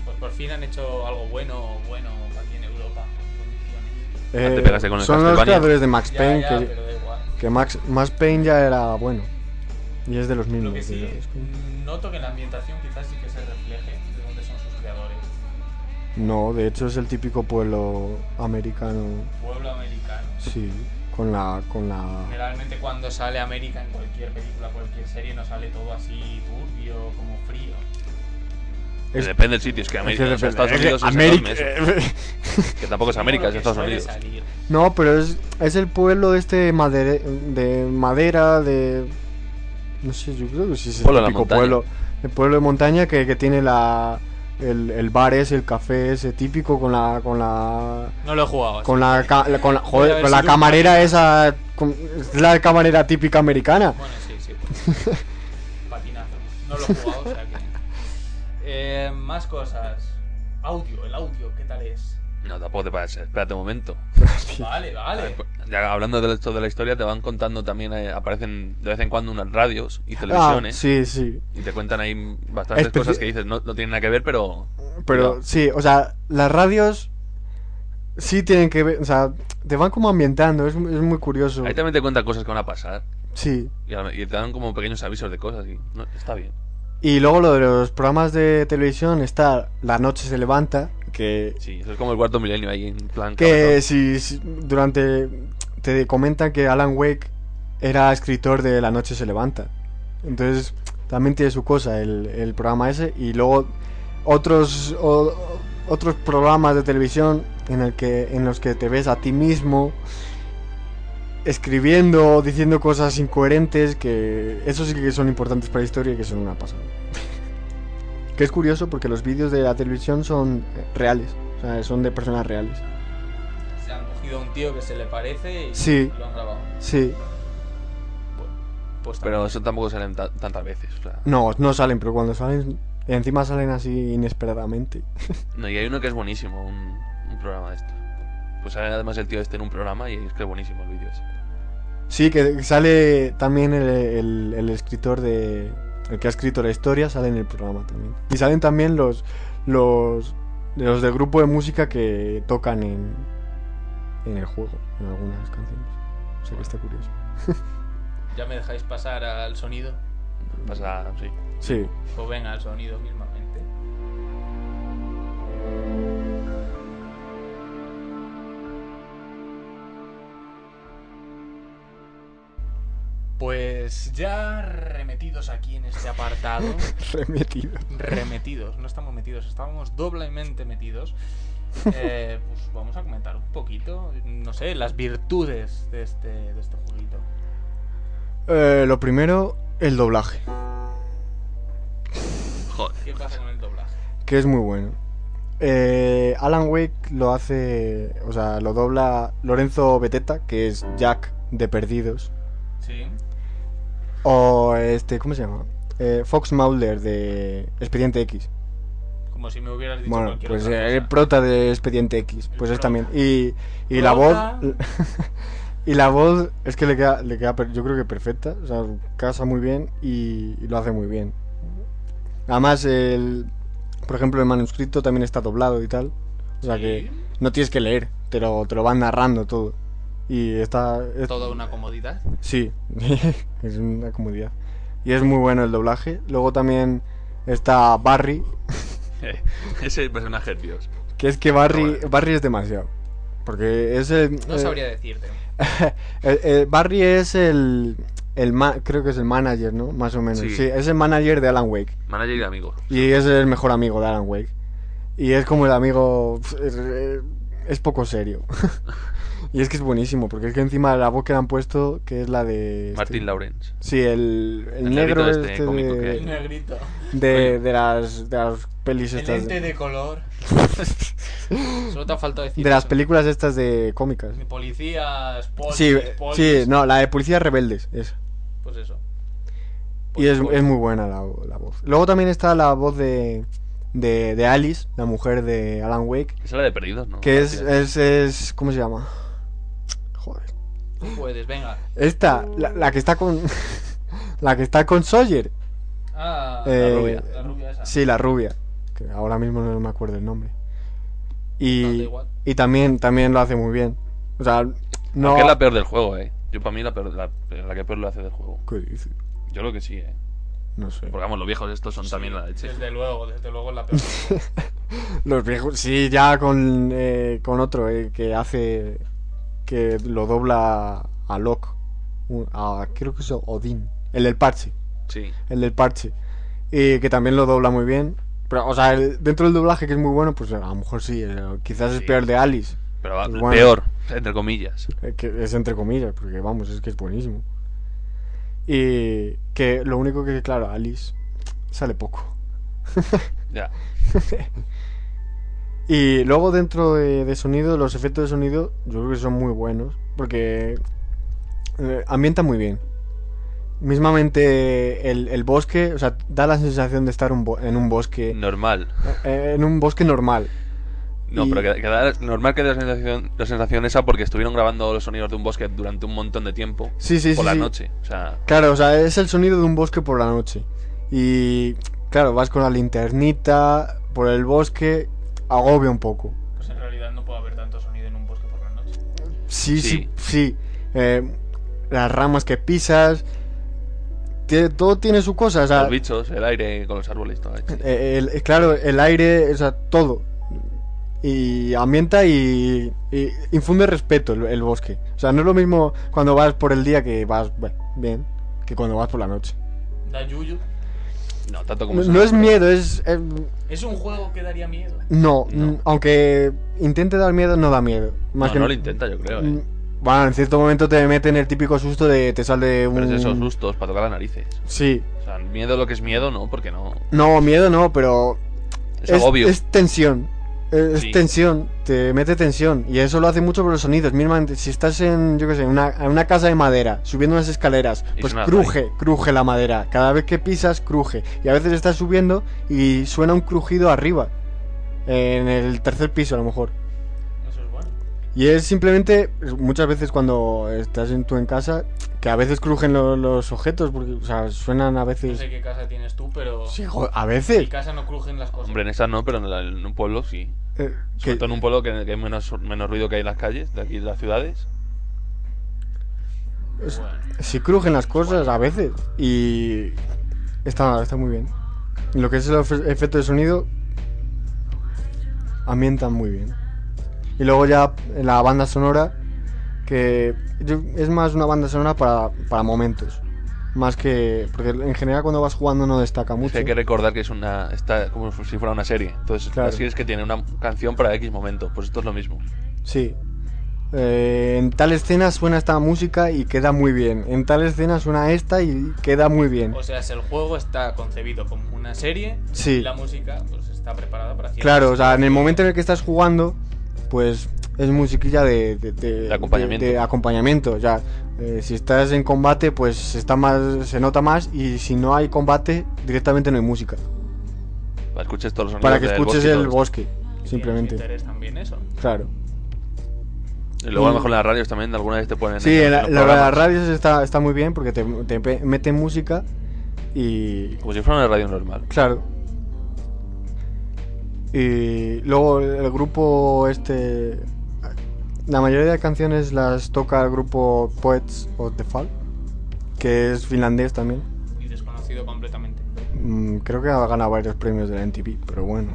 Speaker 2: Pues por fin han hecho algo bueno, bueno aquí en Europa. en condiciones.
Speaker 3: Ah, te pegaste con el
Speaker 4: Eh, son los
Speaker 3: Castlevania.
Speaker 4: creadores de Max
Speaker 2: Ya,
Speaker 4: Payne,
Speaker 2: ya,
Speaker 4: que,
Speaker 2: pero da igual.
Speaker 4: que Max, Max Payne ya era bueno. Y es de los
Speaker 2: Lo
Speaker 4: mismos.
Speaker 2: que sí,
Speaker 4: de-
Speaker 2: noto que en la ambientación quizás sí que se refleje de dónde son sus creadores.
Speaker 4: No, de hecho es el típico pueblo americano,
Speaker 2: Pueblo americano.
Speaker 4: sí, con la con la
Speaker 2: Generalmente cuando sale América en cualquier película, cualquier serie, no sale todo así turbio, como frío.
Speaker 3: que
Speaker 4: es-
Speaker 3: Depende del sitio, es que América,
Speaker 4: es-
Speaker 3: o sea, Estados
Speaker 4: es-
Speaker 3: Unidos es
Speaker 4: América-
Speaker 3: enorme, eso. Que tampoco es América, es
Speaker 2: Lo que
Speaker 3: Estados
Speaker 2: suele
Speaker 3: Unidos.
Speaker 2: salir.
Speaker 4: No, pero es, es el pueblo este madere- de madera de no sé, yo creo que sí es el
Speaker 3: Pueblo de la
Speaker 4: típico
Speaker 3: montaña.
Speaker 4: pueblo el pueblo de montaña que, que tiene la, el, el bar ese, el café ese típico con la... Con la
Speaker 2: No lo he jugado. así
Speaker 4: con
Speaker 2: que-
Speaker 4: la, ca- la- con la,
Speaker 2: Voy a
Speaker 4: joder,
Speaker 2: ver
Speaker 4: con
Speaker 2: si
Speaker 4: la
Speaker 2: tú-
Speaker 4: camarera esa con- es la camarera típica americana
Speaker 2: Bueno, sí, sí. pues. Patinazo. No lo he jugado, o sea que. Eh, más cosas. Audio, el audio, ¿qué tal es?
Speaker 3: No, tampoco te pases. Espérate un momento.
Speaker 2: Vale,
Speaker 3: Ah,
Speaker 2: vale.
Speaker 3: Ya hablando de esto de la historia, te van contando también, eh, aparecen de vez en cuando unas radios y
Speaker 4: ah,
Speaker 3: televisiones.
Speaker 4: sí sí
Speaker 3: Y te cuentan ahí bastantes
Speaker 4: Especi-
Speaker 3: cosas que dices, no, no tienen nada que ver, pero.
Speaker 4: Pero
Speaker 3: Cuidado.
Speaker 4: sí, o sea, las radios sí tienen que ver, o sea, te van como ambientando, es, es muy curioso.
Speaker 3: Ahí también te cuentan cosas que van a pasar.
Speaker 4: Sí.
Speaker 3: Y, a- y te dan como pequeños avisos de cosas. Y no, está bien.
Speaker 4: Y luego lo de los programas de televisión está La noche se levanta, que
Speaker 3: Sí, eso es como el cuarto milenio ahí en plan.
Speaker 4: que
Speaker 3: cabezón.
Speaker 4: si, si- durante te comentan que Alan Wake era escritor de La noche se levanta. Entonces, también tiene su cosa el, el programa ese y luego otros o- otros programas de televisión en el que en los que te ves a ti mismo escribiendo, diciendo cosas incoherentes que eso sí que son importantes para la historia y que son una pasada. que es curioso porque los vídeos de la televisión son eh, reales, o sea, son de personas reales.
Speaker 2: Se han cogido a un tío que se le parece y
Speaker 4: Sí.
Speaker 2: lo han grabado.
Speaker 4: Sí,
Speaker 2: Pues
Speaker 3: Pero eso tampoco salen ta- tantas veces. o sea.
Speaker 4: no, no salen, pero cuando salen, encima salen así inesperadamente.
Speaker 3: No, y hay uno que es buenísimo, un, un programa de estos. Pues sale además el tío este en un programa y es que es buenísimo el vídeo ese.
Speaker 4: Sí, que sale también el, el- el escritor de. El que ha escrito la historia sale en el programa también. Y salen también los. Los. Los del grupo de música que tocan en. En el juego, en algunas canciones. O sea que está curioso.
Speaker 2: Ya me dejáis pasar al sonido.
Speaker 3: Pasa, sí.
Speaker 4: Sí.
Speaker 2: Pues venga, al sonido mismamente. Pues ya remetidos aquí en este apartado.
Speaker 4: Remetido.
Speaker 2: remetidos, no estamos metidos, estábamos doblemente metidos. Eh, pues vamos a comentar un poquito, no sé, las virtudes de este, de este jueguito.
Speaker 4: Eh, lo primero, el doblaje.
Speaker 3: Joder.
Speaker 2: ¿Qué pasa con el doblaje?
Speaker 4: que es muy bueno. Eh, Alan Wake lo hace, o sea, lo dobla Lorenzo Beteta, que es Jack de Perdidos,
Speaker 2: Sí.
Speaker 4: o este, ¿cómo se llama? Eh, Fox Mulder de Expediente X.
Speaker 2: Como si me hubieras dicho
Speaker 4: Bueno,
Speaker 2: cualquier
Speaker 4: pues
Speaker 2: otra
Speaker 4: eh, el
Speaker 2: cosa.
Speaker 4: prota de Expediente X,
Speaker 2: El
Speaker 4: pues es
Speaker 2: prota.
Speaker 4: también. Y, y la voz,
Speaker 2: Prota.
Speaker 4: y la voz es que le queda, le queda, per- yo creo que perfecta, o sea, casa muy bien y, y lo hace muy bien. Además, el, por ejemplo, el manuscrito también está doblado y tal, o sea que.
Speaker 2: Sí,
Speaker 4: No tienes que leer, te lo, te lo van narrando todo. Y está... es-
Speaker 2: Toda una comodidad.
Speaker 4: Sí, es una comodidad. Y es muy bueno el doblaje. Luego también está Barry,
Speaker 3: Ese personaje es Dios.
Speaker 4: que es que Barry,
Speaker 3: Bueno.
Speaker 4: Barry es demasiado. Porque es el...
Speaker 2: No
Speaker 4: eh,
Speaker 2: sabría decirte.
Speaker 4: el- el Barry es el... el ma- creo que es el manager, ¿no? Más o menos.
Speaker 3: Sí.
Speaker 4: Sí, es el manager de Alan Wake.
Speaker 3: Manager y de amigos.
Speaker 4: Y es el mejor amigo de Alan Wake. Y es como el amigo. Es, eh, es poco serio. y es que es buenísimo, porque es que encima la voz que le han puesto, que es la de. este-
Speaker 3: Martin Lawrence.
Speaker 4: Sí, el, el
Speaker 3: El
Speaker 4: negro
Speaker 3: negrito este
Speaker 4: este
Speaker 3: cómico que
Speaker 2: El
Speaker 3: hay.
Speaker 4: de,
Speaker 2: negrito.
Speaker 4: de, de las, de las pelis
Speaker 2: El
Speaker 4: estas.
Speaker 2: ente
Speaker 4: De,
Speaker 2: de color. Solo te ha faltado decir.
Speaker 4: las
Speaker 2: eso.
Speaker 4: películas estas de cómicas.
Speaker 2: Mi Policía, Spol,
Speaker 4: Sí, sí, no, la de Policías Rebeldes. esa.
Speaker 2: eh, Pues eso.
Speaker 4: Y es,
Speaker 2: Polis.
Speaker 4: es muy buena la, la voz. Luego también está la voz de, de, de Alice, la mujer de Alan Wake.
Speaker 3: Esa es la de perdidos, ¿no?
Speaker 4: Que es, eh,
Speaker 3: Sí.
Speaker 4: es, es. ¿Cómo se llama? Joder.
Speaker 2: Tú puedes, venga.
Speaker 4: Esta, la, la que está con. la que está con Sawyer.
Speaker 2: Ah,
Speaker 4: Eh,
Speaker 2: la rubia. La rubia esa.
Speaker 4: Sí, la rubia. Que ahora mismo no me acuerdo el nombre.
Speaker 2: No, da
Speaker 4: Y,
Speaker 2: igual.
Speaker 4: y también, también lo hace muy bien. O sea, no.
Speaker 3: Aunque es la peor del juego, eh. Yo para mí la, peor- la, la que peor lo hace del juego.
Speaker 4: ¿Qué dice?
Speaker 3: Yo creo que sí, eh.
Speaker 4: No sé.
Speaker 3: Porque vamos, los viejos estos son también la leche.
Speaker 2: Desde luego, desde luego es la peor.
Speaker 4: Los viejos. Sí, ya con, eh, con otro eh, que hace. que lo dobla a Locke. Un- a- creo que es Odín. El del parche.
Speaker 3: Sí.
Speaker 4: el del parche, y que también lo dobla muy bien. Pero, o sea, el- dentro del doblaje que es muy bueno, pues a lo mejor sí, eh, quizás es
Speaker 3: Sí.
Speaker 4: peor de Alice,
Speaker 3: Pero va,
Speaker 4: Pues bueno.
Speaker 3: peor, entre comillas.
Speaker 4: eh, que es entre comillas, porque vamos, es que es buenísimo. Y que lo único que, claro, Alice sale poco.
Speaker 3: Ya.
Speaker 4: Y luego dentro de, de sonido, los efectos de sonido yo creo que son muy buenos porque eh, ambientan muy bien. Mismamente el, el bosque, o sea, da la sensación de estar un bo- en un bosque,
Speaker 3: Normal.
Speaker 4: eh, en un bosque normal.
Speaker 3: No,
Speaker 4: Y-
Speaker 3: pero que, que da- normal que dé la sensación, la sensación esa porque estuvieron grabando los sonidos de un bosque durante un montón de tiempo.
Speaker 4: Sí, sí, sí,
Speaker 3: por la
Speaker 4: sí.
Speaker 3: noche. O sea,
Speaker 4: Claro, o sea, es el sonido de un bosque por la noche. Y claro, vas con la linternita por el bosque, agobia un poco.
Speaker 6: Pues en realidad no puede haber tanto sonido en un bosque por la noche.
Speaker 4: Sí, sí,
Speaker 3: Sí.
Speaker 4: sí. Eh, las ramas que pisas. tiene- todo tiene su cosa. O sea,
Speaker 3: los bichos, el aire con los árboles, todo ahí.
Speaker 4: eh, el- claro, el aire, o sea, todo. Y ambienta y, y infunde respeto el, el bosque. O sea, no es lo mismo cuando vas por el día que vas bueno, bien que cuando vas por la noche.
Speaker 6: Da yuyu.
Speaker 3: No, tanto como
Speaker 4: No,
Speaker 3: eso,
Speaker 4: no es
Speaker 3: pero-
Speaker 4: miedo, es. eh,
Speaker 6: Es un juego que daría miedo.
Speaker 4: no,
Speaker 3: No.
Speaker 4: mm, aunque intente dar miedo, no da miedo. Más
Speaker 3: no,
Speaker 4: que
Speaker 3: no lo intenta, yo creo.
Speaker 4: Mm,
Speaker 3: ¿eh?
Speaker 4: Bueno, en cierto momento te meten el típico susto de te sale un.
Speaker 3: Pero es esos sustos para tocar las narices.
Speaker 4: Sí.
Speaker 3: O sea, miedo lo que es miedo, no, porque no.
Speaker 4: No, miedo no, pero.
Speaker 3: Es, obvio.
Speaker 4: es tensión. Es
Speaker 3: Sí.
Speaker 4: tensión, te mete tensión. Y eso lo hace mucho por los sonidos. Mismamente, si estás en, yo qué sé, una, en una casa de madera, subiendo unas escaleras,
Speaker 3: Y
Speaker 4: pues
Speaker 3: suena
Speaker 4: cruje, cruje la madera. Cada vez que pisas, cruje. Y a veces estás subiendo y suena un crujido arriba. En el tercer piso, a lo mejor.
Speaker 6: Eso es bueno.
Speaker 4: Y es simplemente, muchas veces cuando estás en, tú en casa, que a veces crujen lo- los objetos, porque, o sea, suenan a
Speaker 6: No
Speaker 4: veces.
Speaker 6: sé qué casa tienes tú, pero
Speaker 4: Sí, jo- a
Speaker 6: en mi
Speaker 4: veces.
Speaker 6: casa no crujen las cosas.
Speaker 3: Hombre, en esa no, pero en, la- en un pueblo sí.
Speaker 4: eh,
Speaker 3: Sobre
Speaker 4: que-
Speaker 3: todo en un pueblo que, que hay menos, menos ruido que hay en las calles, de aquí de las ciudades.
Speaker 6: Pero bueno.
Speaker 4: si crujen las cosas a veces. Y está, está muy bien. Y Lo que es el efe- efecto de sonido, ambientan muy bien. Y luego ya la banda sonora, que yo- es más una banda sonora para, para momentos. Más que. Porque en general cuando vas jugando no destaca
Speaker 3: Es
Speaker 4: mucho.
Speaker 3: que hay que recordar que es una. Está como si fuera una serie. Entonces,
Speaker 4: Claro.
Speaker 3: las series que tienen una canción para X momento. Pues esto es lo mismo.
Speaker 4: Sí. Eh, en tal escena suena esta música y queda muy bien. En tal escena suena esta y queda muy bien.
Speaker 6: O sea, si el juego está concebido como una serie
Speaker 4: Sí.
Speaker 6: y la música pues está preparada para ciertas
Speaker 4: Claro, o sea, en el momento en el que estás jugando, pues es musiquilla de, de- de-
Speaker 3: De acompañamiento.
Speaker 4: de- de acompañamiento, ya. Eh, si estás en combate, pues está más, se nota más y si no hay combate, directamente no hay música.
Speaker 3: Para escuches todos los sonidos
Speaker 4: Para que
Speaker 3: del
Speaker 4: escuches
Speaker 3: bosque y todo
Speaker 4: el
Speaker 3: esto.
Speaker 4: bosque,
Speaker 6: Tiene su
Speaker 4: simplemente.
Speaker 6: interés también eso.
Speaker 4: Claro.
Speaker 3: Y luego a
Speaker 4: Mm.
Speaker 3: lo mejor en las radios también de alguna vez te ponen.
Speaker 4: Sí,
Speaker 3: en-
Speaker 4: en
Speaker 3: en
Speaker 4: la,
Speaker 3: los
Speaker 4: la-
Speaker 3: programas.
Speaker 4: las radios está, está muy bien porque te, te pe- meten música y,
Speaker 3: Como si fuera una radio normal.
Speaker 4: Claro. Y luego el grupo este... La mayoría de canciones las toca el grupo Poets of the Fall, que es finlandés también.
Speaker 6: Y desconocido completamente.
Speaker 4: Mm, creo que ha ganado varios premios de la NTV, pero bueno.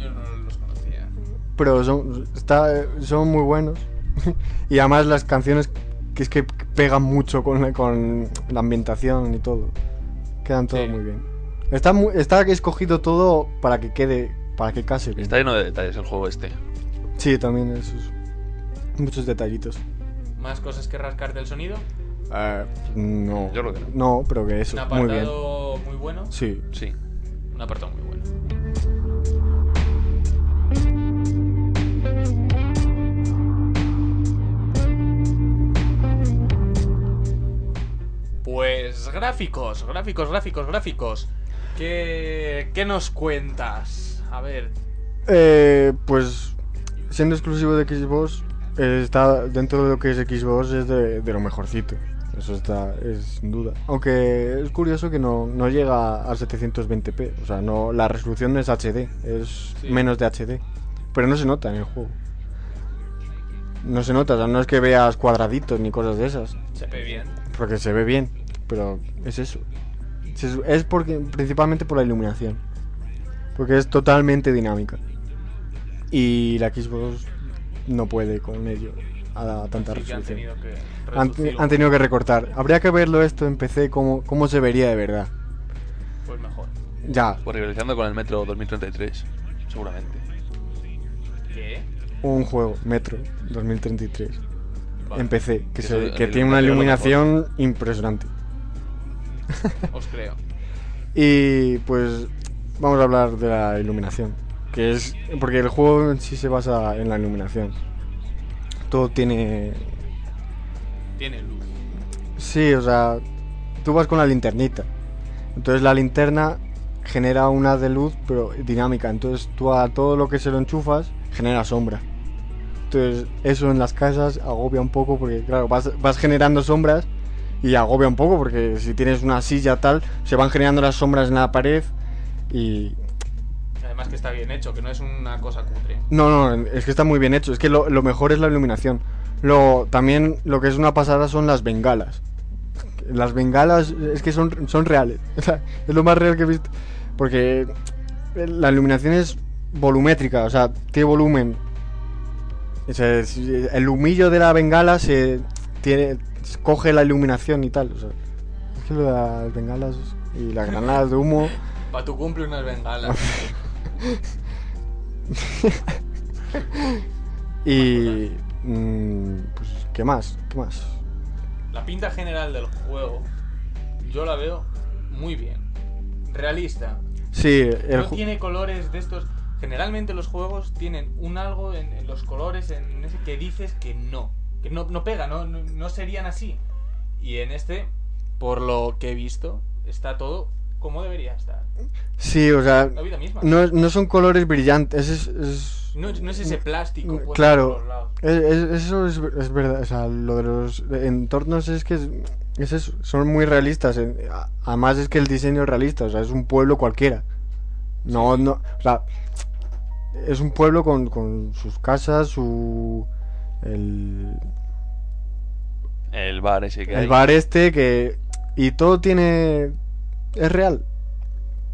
Speaker 6: Yo no los conocía.
Speaker 4: Pero son, está, son muy buenos. y además las canciones que es que pegan mucho con, la- con la ambientación y todo. Quedan todo
Speaker 6: Sí.
Speaker 4: muy bien. Está, mu- está escogido todo para que quede, para que case. bien.
Speaker 3: Está lleno de detalles el juego este.
Speaker 4: Sí, también esos. Muchos detallitos.
Speaker 6: ¿Más cosas que rascar del sonido?
Speaker 4: no.
Speaker 3: Ah, Yo creo que no.
Speaker 4: No, pero que eso.
Speaker 6: Un
Speaker 4: Muy bien.
Speaker 6: apartado muy bueno.
Speaker 4: Sí.
Speaker 3: Sí.
Speaker 6: Un apartado muy bueno. Pues gráficos, gráficos, gráficos, gráficos. ¿Qué, qué nos cuentas? A ver,
Speaker 4: Eh, pues siendo exclusivo de Xbox, eh, está dentro de lo que es Xbox es de, de lo mejorcito. Eso está, es sin duda. Aunque es curioso que no, no llega a 720p. O sea, no, la resolución no es HD, es
Speaker 6: Sí.
Speaker 4: menos de HD. Pero no se nota en el juego. No se nota, o sea, no es que veas cuadraditos ni cosas de esas.
Speaker 6: se ve bien.
Speaker 4: Porque se ve bien, pero es eso. Es- Es porque, principalmente por la iluminación. Porque es totalmente dinámica. Y la Xbox no puede con ello a, a tanta
Speaker 6: Sí que han tenido
Speaker 4: resolución.
Speaker 6: que
Speaker 4: Han,
Speaker 6: reducirlo,
Speaker 4: han tenido que recortar. Habría que verlo esto en PC, cómo, cómo se vería de verdad.
Speaker 6: Pues mejor.
Speaker 4: Ya,
Speaker 3: Pues rivalizando con el Metro 2033, seguramente.
Speaker 6: ¿Qué?
Speaker 4: un juego, Metro 2033,
Speaker 6: Vale,
Speaker 4: en PC, que,
Speaker 3: Eso
Speaker 4: se-
Speaker 3: es-
Speaker 4: que
Speaker 3: el
Speaker 4: tiene una
Speaker 3: iluminación es lo
Speaker 4: iluminación impresionante.
Speaker 6: Os creo.
Speaker 4: Y pues vamos a hablar de la iluminación. Que es. Porque el juego en sí se basa en la iluminación. Todo tiene.
Speaker 2: Tiene luz.
Speaker 4: Sí, o sea. Tú vas con la linternita. Entonces la linterna genera una de luz, pero dinámica. Entonces tú a todo lo que se lo enchufas, genera sombra. Entonces eso en las casas agobia un poco porque, claro, vas, vas generando sombras y agobia un poco porque si tienes una silla tal, se van generando las sombras en la pared y...
Speaker 2: Además que está bien hecho, que no es una cosa cutre.
Speaker 4: No, no, es que está muy bien hecho. Es que lo, lo mejor es la iluminación. Lo, también lo que es una pasada son las bengalas. Las bengalas es que son, son reales. O sea, es lo más real que he visto. Porque la iluminación es volumétrica, o sea, tiene volumen. O sea, es- el humillo de la bengala se tiene, coge la iluminación y tal. O sea, es que lo de las bengalas y las granadas de humo.
Speaker 2: Para tu cumple unas bengalas.
Speaker 4: Y. mm, pues, ¿qué más? ¿Qué más?
Speaker 2: La pinta general del juego, yo la veo muy bien. Realista.
Speaker 4: Sí, el
Speaker 2: no
Speaker 4: ju-
Speaker 2: tiene colores de estos. Generalmente los juegos tienen un algo en, en los colores en ese que dices que no. Que no, no pega, no, no, no serían así. Y en este, por lo que he visto, está todo como debería estar.
Speaker 4: Sí, o sea.
Speaker 2: La vida misma.
Speaker 4: No, es- no son colores brillantes, es. es-
Speaker 2: No es, no es ese plástico. puesto
Speaker 4: Claro.
Speaker 2: por los lados.
Speaker 4: es- es- eso es, ver- es verdad, o sea, lo de los entornos es que es, es eso, son muy realistas. en- a- Además es que el diseño es realista, o sea, es un pueblo cualquiera. No, no, o sea, es un pueblo con, con sus casas, su... El,
Speaker 3: El bar ese que hay.
Speaker 4: el bar este que... Y todo tiene... Es real.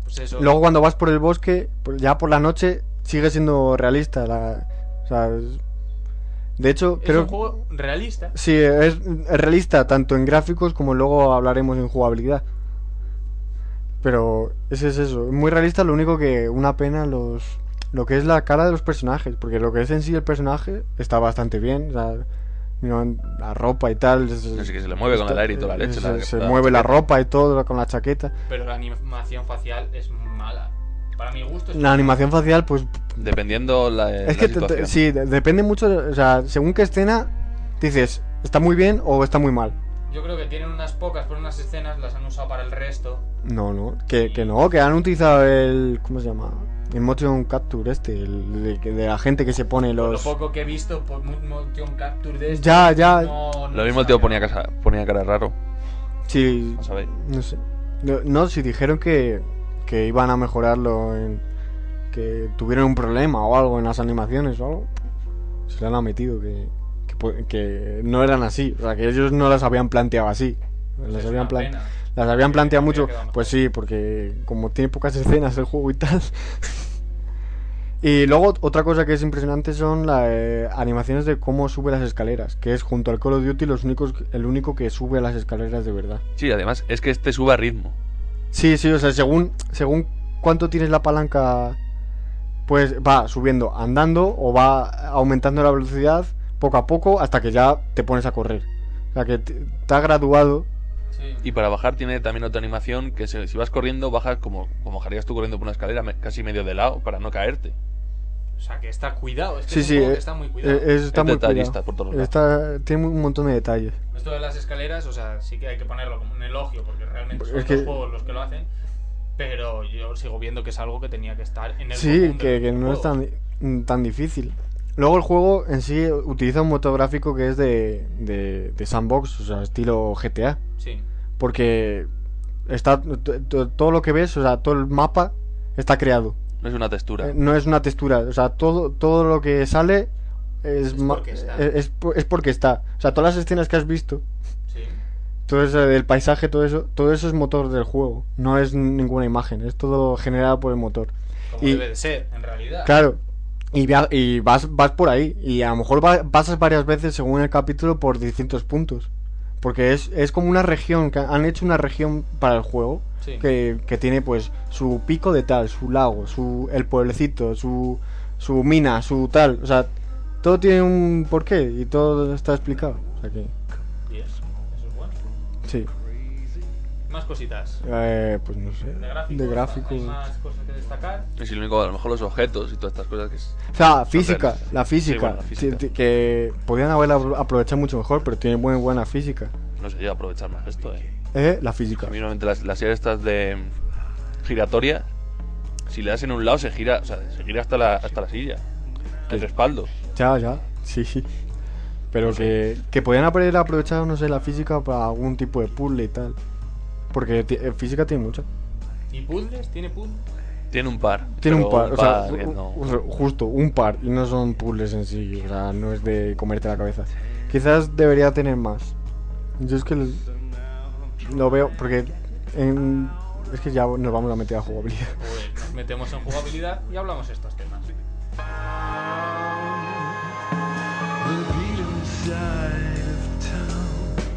Speaker 2: Pues eso.
Speaker 4: Luego cuando vas por el bosque, por- ya por la noche, sigue siendo realista. la- o sea, es- de hecho,
Speaker 2: es
Speaker 4: creo...
Speaker 2: un juego realista.
Speaker 4: Sí, es es realista tanto en gráficos como luego hablaremos en jugabilidad. Pero ese es eso, muy realista, lo único que una pena los lo que es la cara de los personajes, porque lo que es en sí el personaje está bastante bien, o sea, mira, la ropa y tal, es-
Speaker 3: No sé, que se le mueve con el aire y toda la leche,
Speaker 4: se,
Speaker 3: la-
Speaker 4: se
Speaker 3: la
Speaker 4: mueve la
Speaker 3: chaqueta.
Speaker 4: ropa y todo con la chaqueta.
Speaker 2: Pero la animación facial es mala. Para mi gusto es
Speaker 4: La animación facial pues
Speaker 3: Dependiendo la,
Speaker 4: es
Speaker 3: la
Speaker 4: que te- te-
Speaker 3: situación.
Speaker 4: sí, de- depende mucho, o sea, según qué escena dices, está muy bien o está muy mal.
Speaker 2: Yo creo que tienen unas pocas, pero unas escenas las han usado para el resto.
Speaker 4: No, no, que, que no, que han utilizado el. ¿Cómo se llama? El motion capture este, el de, que- de la gente que se pone
Speaker 2: Por
Speaker 4: los.
Speaker 2: Lo poco que he visto por mu- motion capture de esto.
Speaker 4: Ya, ya.
Speaker 2: no- no
Speaker 3: Lo mismo el
Speaker 2: se
Speaker 3: tío
Speaker 2: sabe.
Speaker 3: ponía, casa, ponía cara raro.
Speaker 4: Sí,
Speaker 3: No sabéis.
Speaker 4: no sé. No, no, si dijeron que, que iban a mejorarlo en. que tuvieron un problema o algo en las animaciones o algo. Se le han admitido que, que, pu- que no eran así, o sea, que ellos no las habían planteado así. Las
Speaker 2: Es
Speaker 4: habían,
Speaker 2: una
Speaker 4: plan-
Speaker 2: pena.
Speaker 4: las habían
Speaker 2: Sí,
Speaker 4: planteado
Speaker 2: habría
Speaker 4: mucho.
Speaker 2: quedado mejor.
Speaker 4: Pues sí, porque como tiene pocas escenas el juego y tal. Y luego otra cosa que es impresionante son las animaciones de cómo sube las escaleras, que es junto al Call of Duty los únicos, el único que sube las escaleras de verdad.
Speaker 3: Sí, además es que este suba ritmo.
Speaker 4: Sí, sí, o sea, según, según cuánto tienes la palanca, pues va subiendo andando o va aumentando la velocidad poco a poco hasta que ya te pones a correr. O sea, que te- está graduado
Speaker 2: Sí.
Speaker 3: Y para bajar tiene también otra animación que se- si vas corriendo, bajas como, como bajarías tú corriendo por una escalera me- casi medio de lado para no caerte.
Speaker 2: O sea, que está cuidado. Es que
Speaker 4: Sí,
Speaker 2: es un
Speaker 4: sí,
Speaker 2: juego
Speaker 4: eh,
Speaker 2: que está muy cuidado.
Speaker 4: Eh, eso está
Speaker 3: Es
Speaker 4: muy
Speaker 3: detallista
Speaker 4: cuidado.
Speaker 3: por todos lados.
Speaker 4: Está- tiene un montón de detalles.
Speaker 2: Esto de las escaleras, o sea, sí que hay que ponerlo como un elogio, porque realmente son
Speaker 4: Es que-
Speaker 2: los juegos los que lo hacen. Pero yo sigo viendo que es algo que tenía que estar en el
Speaker 4: Sí,
Speaker 2: común de
Speaker 4: que,
Speaker 2: los
Speaker 4: que no es
Speaker 2: juegos.
Speaker 4: tan, mm, tan difícil. Luego el juego en sí utiliza un motor gráfico que es de, de, de sandbox, o sea, estilo GTA.
Speaker 2: Sí.
Speaker 4: Porque está t- t- todo lo que ves, o sea, todo el mapa está creado.
Speaker 3: No es una textura.
Speaker 4: Eh, No es una textura, o sea, todo, todo lo que sale es,
Speaker 2: Es
Speaker 4: ma-
Speaker 2: porque está.
Speaker 4: es- es por- es porque está. O sea, todas las escenas que has visto,
Speaker 2: Sí.
Speaker 4: todo eso del paisaje, todo eso, todo eso es motor del juego. No es ninguna imagen, es todo generado por el motor.
Speaker 2: Como
Speaker 4: Y-
Speaker 2: debe de ser, en realidad.
Speaker 4: Claro. Y, via- y vas, vas por ahí. Y a lo mejor va- pasas varias veces según el capítulo por distintos puntos. Porque es, es como una región, que han hecho una región para el juego
Speaker 2: Sí.
Speaker 4: que, que tiene pues su pico de tal, su lago, su el pueblecito, su, su mina, su tal. O sea, todo tiene un porqué y todo está explicado. O sea que,
Speaker 2: Bien, Eso es bueno.
Speaker 4: sí.
Speaker 6: Más cositas.
Speaker 4: Eh, pues no sé.
Speaker 6: De gráficos.
Speaker 4: De gráficos.
Speaker 6: Hay más cosas que destacar.
Speaker 3: Es lo único, a lo mejor los objetos y todas estas cosas que es.
Speaker 4: O sea, física,
Speaker 3: reales.
Speaker 4: la
Speaker 3: Sí,
Speaker 4: física.
Speaker 3: bueno, la física.
Speaker 4: ti- ti- Que podrían haberla apro- aprovechado mucho mejor, pero tiene muy buena física.
Speaker 3: No sé yo aprovechar más esto, eh.
Speaker 4: ¿Eh? La física.
Speaker 3: A mí normalmente las, las sillas estas de giratoria, si le das en un lado se gira, o sea, se gira hasta la, hasta la silla. El respaldo.
Speaker 4: Ya, ya. Sí, sí. Pero que, que podían haber aprovechado, no sé, la física para algún tipo de puzzle y tal. Porque ti- eh, física tiene mucha.
Speaker 6: ¿Y puzzles? ¿Tiene puzzles?
Speaker 3: Tiene un par.
Speaker 4: Tiene un
Speaker 3: pero
Speaker 4: par, o sea,
Speaker 3: que
Speaker 4: u-
Speaker 3: no.
Speaker 4: u- u- justo, un par. Y no son puzzles en sí, o sea, no es de comerte la cabeza. Quizás debería tener más. Yo es que l- lo veo, porque en- es que ya nos vamos a meter a jugabilidad.
Speaker 6: Pues nos metemos en jugabilidad y hablamos estos temas.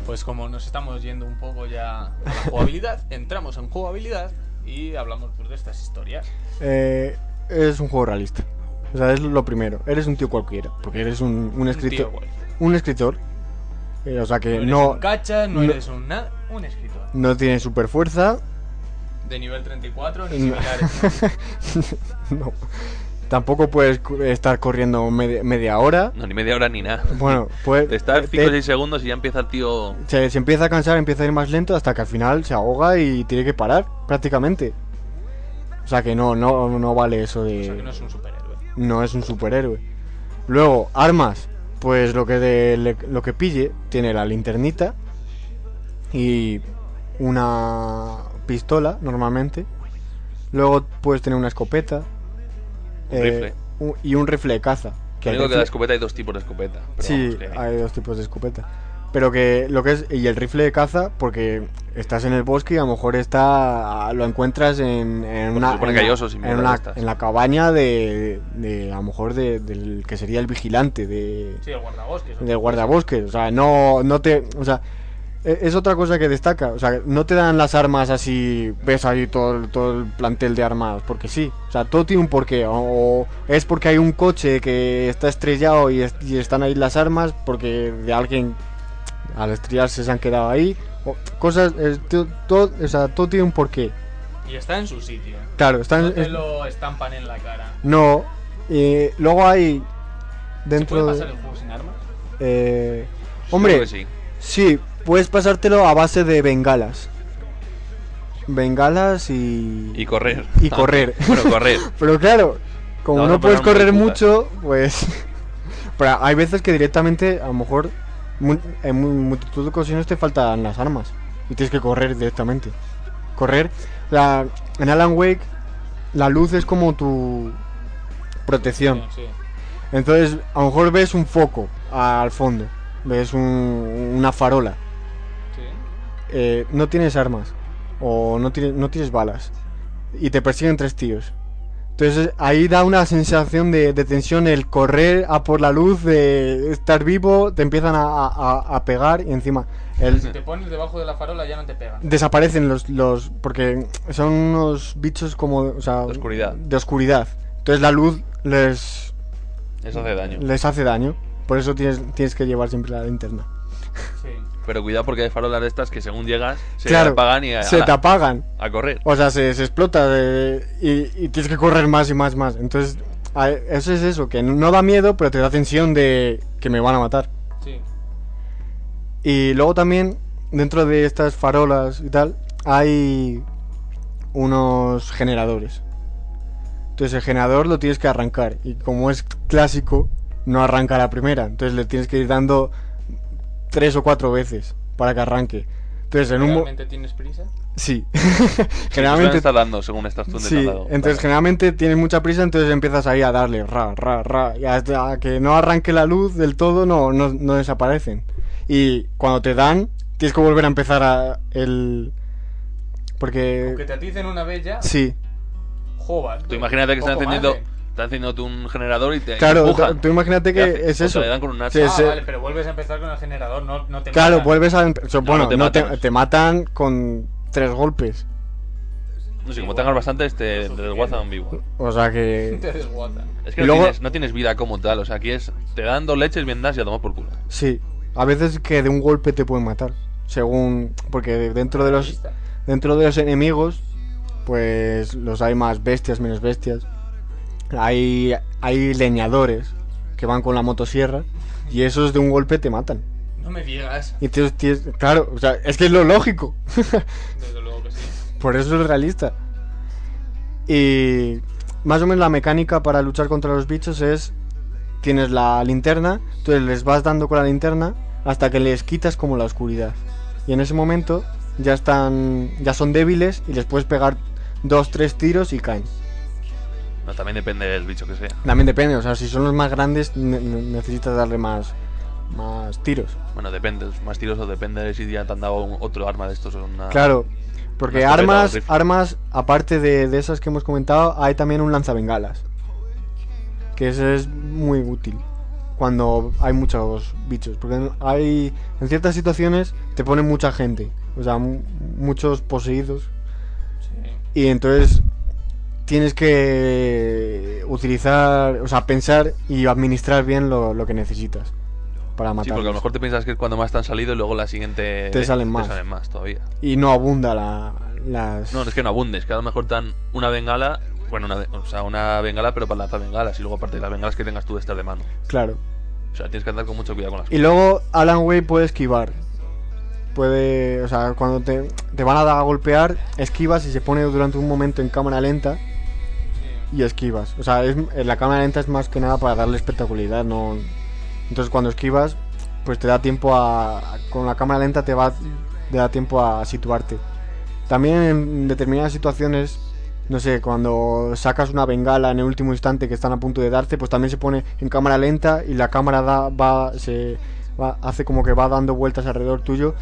Speaker 6: Pues como nos estamos yendo un poco ya a la jugabilidad, entramos en jugabilidad y hablamos pues, de estas historias.
Speaker 4: Eh, es un juego realista. O sea, es lo primero. Eres un tío cualquiera, porque eres un, un
Speaker 6: Tío,
Speaker 4: escritor.
Speaker 6: güey.
Speaker 4: Un escritor. Eh, o sea, que
Speaker 6: no eres
Speaker 4: no,
Speaker 6: un cacha, no,
Speaker 4: no-
Speaker 6: eres un nada, un escritor.
Speaker 4: no tiene super fuerza,
Speaker 6: De nivel 34 ni
Speaker 4: No.
Speaker 6: similares.
Speaker 4: no. Tampoco puedes cu- estar corriendo media, media hora.
Speaker 3: No, ni media hora ni nada.
Speaker 4: Bueno, pues.
Speaker 3: De estar 5
Speaker 4: te-
Speaker 3: o 6 segundos y ya empieza el tío.
Speaker 4: se, se empieza a cansar, empieza a ir más lento hasta que al final se ahoga y tiene que parar, prácticamente. O sea que no, no, no vale eso de.
Speaker 6: O sea que no es un superhéroe.
Speaker 4: no es un superhéroe. Luego, armas. Pues lo que, de- le- lo que pille tiene la linternita y una pistola normalmente. Luego puedes tener una escopeta. eh,
Speaker 3: Un rifle.
Speaker 4: u- y un rifle de caza.
Speaker 3: Que
Speaker 4: el
Speaker 3: digo que la
Speaker 4: rifle-
Speaker 3: escopeta hay dos tipos de escopeta. pero
Speaker 4: sí,
Speaker 3: vamos, que-
Speaker 4: hay dos tipos de escopeta. Pero que lo que es. Y el rifle de caza, porque estás en el bosque y a lo mejor está. Lo encuentras en, en
Speaker 3: Pues
Speaker 4: una.
Speaker 3: se supone
Speaker 4: en,
Speaker 3: que hay
Speaker 4: la-
Speaker 3: osos y
Speaker 4: en
Speaker 3: mierdas
Speaker 4: la-
Speaker 3: de estas.
Speaker 4: en la cabaña de. de- a lo mejor de- del que sería el vigilante de,
Speaker 6: Sí, el guardabosques.
Speaker 4: del guardabosques. O sea, no, no te. O sea. e- Es otra cosa que destaca, o sea, no te dan las armas así, ves ahí todo, el- todo el plantel de armas, porque sí, o sea, todo tiene un porqué, o, o es porque hay un coche que está estrellado y, es- y están ahí las armas, porque de alguien al estrellarse se han quedado ahí, o cosas, es- to- todo, o sea, todo tiene un porqué,
Speaker 6: Y está en su sitio.
Speaker 4: claro, están...
Speaker 6: No te
Speaker 4: es-
Speaker 6: lo estampan en la cara.
Speaker 4: no, eh, luego hay
Speaker 6: ¿Se
Speaker 4: dentro
Speaker 6: puede
Speaker 4: de...
Speaker 6: pasar el juego sin armas?
Speaker 4: eh,
Speaker 3: yo
Speaker 4: hombre,
Speaker 3: creo que sí.
Speaker 4: Sí, puedes pasártelo a base de bengalas. Bengalas y.
Speaker 3: Y correr.
Speaker 4: y correr.
Speaker 3: bueno, correr.
Speaker 4: Pero claro, como
Speaker 3: No,
Speaker 4: no,
Speaker 3: no,
Speaker 4: puedes
Speaker 3: pero no
Speaker 4: correr
Speaker 3: me
Speaker 4: mucho, pues. Pero hay veces que directamente, a lo mejor, mu- en mu- multitud de ocasiones te faltan las armas. Y tienes que correr directamente. Correr. la- en Alan Wake, la luz es como tu protección.
Speaker 6: Sí, sí.
Speaker 4: Entonces, a lo mejor ves un foco al fondo. Ves un- una farola
Speaker 6: sí.
Speaker 4: eh, no tienes armas o no tienes, no tienes balas y te persiguen tres tíos. Entonces eh, ahí da una sensación de, de tensión el correr a por la luz, de estar vivo, te empiezan a, a- a pegar y encima el-
Speaker 6: Si te pones debajo de la farola ya no te pegan.
Speaker 4: desaparecen los, los... porque son unos bichos como... o sea,
Speaker 3: De oscuridad.
Speaker 4: de oscuridad. Entonces la luz les,
Speaker 3: Eso hace daño.
Speaker 4: les hace daño. Por eso tienes, tienes que llevar siempre la linterna.
Speaker 6: Sí.
Speaker 3: Pero cuidado porque hay farolas de estas que según llegas se
Speaker 4: Claro,
Speaker 3: apagan y a,
Speaker 4: se
Speaker 3: ala,
Speaker 4: te apagan.
Speaker 3: a correr.
Speaker 4: O sea, se, se explota eh, y, y tienes que correr más y más más. Entonces, a- eso es eso, que no da miedo, pero te da tensión de que me van a matar.
Speaker 6: Sí.
Speaker 4: Y luego también, dentro de estas farolas y tal, hay unos generadores. Entonces el generador lo tienes que arrancar. Y como es clásico, no arranca a la primera. Entonces le tienes que ir dando tres o cuatro veces para que arranque. Entonces en un... mo- Eh,
Speaker 6: ¿Realmente tienes prisa?
Speaker 4: Sí.
Speaker 3: Generalmente
Speaker 4: Generalmente
Speaker 3: estás dando según estás tú en el
Speaker 4: Sí,
Speaker 3: tratado.
Speaker 4: entonces
Speaker 3: Vale.
Speaker 4: generalmente tienes mucha prisa, entonces empiezas ahí a darle ra, ra, ra, y hasta que no arranque la luz del todo, no, no, no desaparecen. Y cuando te dan, tienes que volver a empezar a el.
Speaker 6: Aunque
Speaker 4: Porque.
Speaker 6: te aticen una vez ya,
Speaker 4: Sí,
Speaker 6: joder.
Speaker 3: Tú imagínate que están
Speaker 6: poco
Speaker 3: encendiendo,
Speaker 6: más, ¿eh?
Speaker 3: están encendiendo tú un generador y te te
Speaker 4: claro,
Speaker 3: empujan.
Speaker 4: tú- tú imagínate
Speaker 3: ¿Qué haces?
Speaker 4: que
Speaker 3: O
Speaker 4: es
Speaker 3: te
Speaker 4: eso.
Speaker 3: le dan con un hacha.
Speaker 4: Sí,
Speaker 6: Ah,
Speaker 4: sí.
Speaker 6: vale, pero vuelves a empezar con el generador, no, no te
Speaker 4: Claro,
Speaker 6: matan.
Speaker 4: vuelves a. empe- bueno,
Speaker 3: no te
Speaker 4: no te,
Speaker 3: matan.
Speaker 4: te matan con tres golpes.
Speaker 3: No sé, como tengas bastante, este, te
Speaker 6: Eso sí
Speaker 3: te
Speaker 6: que
Speaker 3: desguazan vivo.
Speaker 4: O sea que.
Speaker 6: Te desguatan.
Speaker 3: Es que
Speaker 4: Y
Speaker 3: no,
Speaker 4: luego-
Speaker 3: tienes, no tienes vida como tal. O sea, aquí es. Te dan dos leches, bien das y a tomar por culo.
Speaker 4: Sí, a veces que de un golpe te pueden matar. Según. Porque dentro de los.
Speaker 6: Lista.
Speaker 4: Dentro de los enemigos, pues los hay más bestias, menos bestias. Hay, hay leñadores que van con la motosierra y esos de un golpe te matan.
Speaker 6: No me digas.
Speaker 4: Y tienes- tienes- claro, o sea, es que es lo lógico.
Speaker 6: Desde luego que sí.
Speaker 4: Por eso es realista. Y más o menos la mecánica para luchar contra los bichos es tienes la linterna, entonces les vas dando con la linterna hasta que les quitas como la oscuridad. Y en ese momento ya están ya son débiles y les puedes pegar dos, tres tiros y caen.
Speaker 3: No, también depende del bicho que sea.
Speaker 4: También depende, o sea, si son los más grandes ne- ne- necesitas darle más más tiros.
Speaker 3: Bueno, depende. Los más tirosos depende de si ya te han dado un- otro arma de estos. o Una...
Speaker 4: Claro,
Speaker 3: Una escopeta
Speaker 4: porque
Speaker 3: o un
Speaker 4: armas,
Speaker 3: rifle.
Speaker 4: armas, aparte de, de esas que hemos comentado, hay también un lanzabengalas. Que ese es muy útil cuando hay muchos bichos. Porque hay, en ciertas situaciones te ponen mucha gente, o sea, mu- muchos poseídos.
Speaker 6: Sí.
Speaker 4: Y entonces tienes que utilizar, o sea, pensar y administrar bien lo, lo que necesitas para
Speaker 3: Sí,
Speaker 4: matar.
Speaker 3: porque a lo mejor te piensas que es cuando más te han salido y luego la siguiente.
Speaker 4: Te salen más.
Speaker 3: Te salen más todavía.
Speaker 4: Y no abunda la, las...
Speaker 3: No, es que no abundes, que a lo mejor te dan una bengala, bueno, una, o sea, una bengala, pero para lanzar bengalas, y luego aparte de las bengalas que tengas tú de estar de mano.
Speaker 4: Claro.
Speaker 3: O sea, tienes que andar con mucho cuidado con las
Speaker 4: Y luego Alan Way puede esquivar. Puede, o sea, cuando te, te van a, dar a golpear, esquivas y se pone durante un momento en cámara lenta y esquivas. O sea, es, en la cámara lenta es más que nada para darle espectacularidad, no. Entonces cuando esquivas, pues te da tiempo a, con la cámara lenta te va, te da tiempo a situarte. También en determinadas situaciones, no sé, cuando sacas una bengala en el último instante que están a punto de darte, pues también se pone en cámara lenta y la cámara da, va, se va- hace como que va dando vueltas alrededor tuyo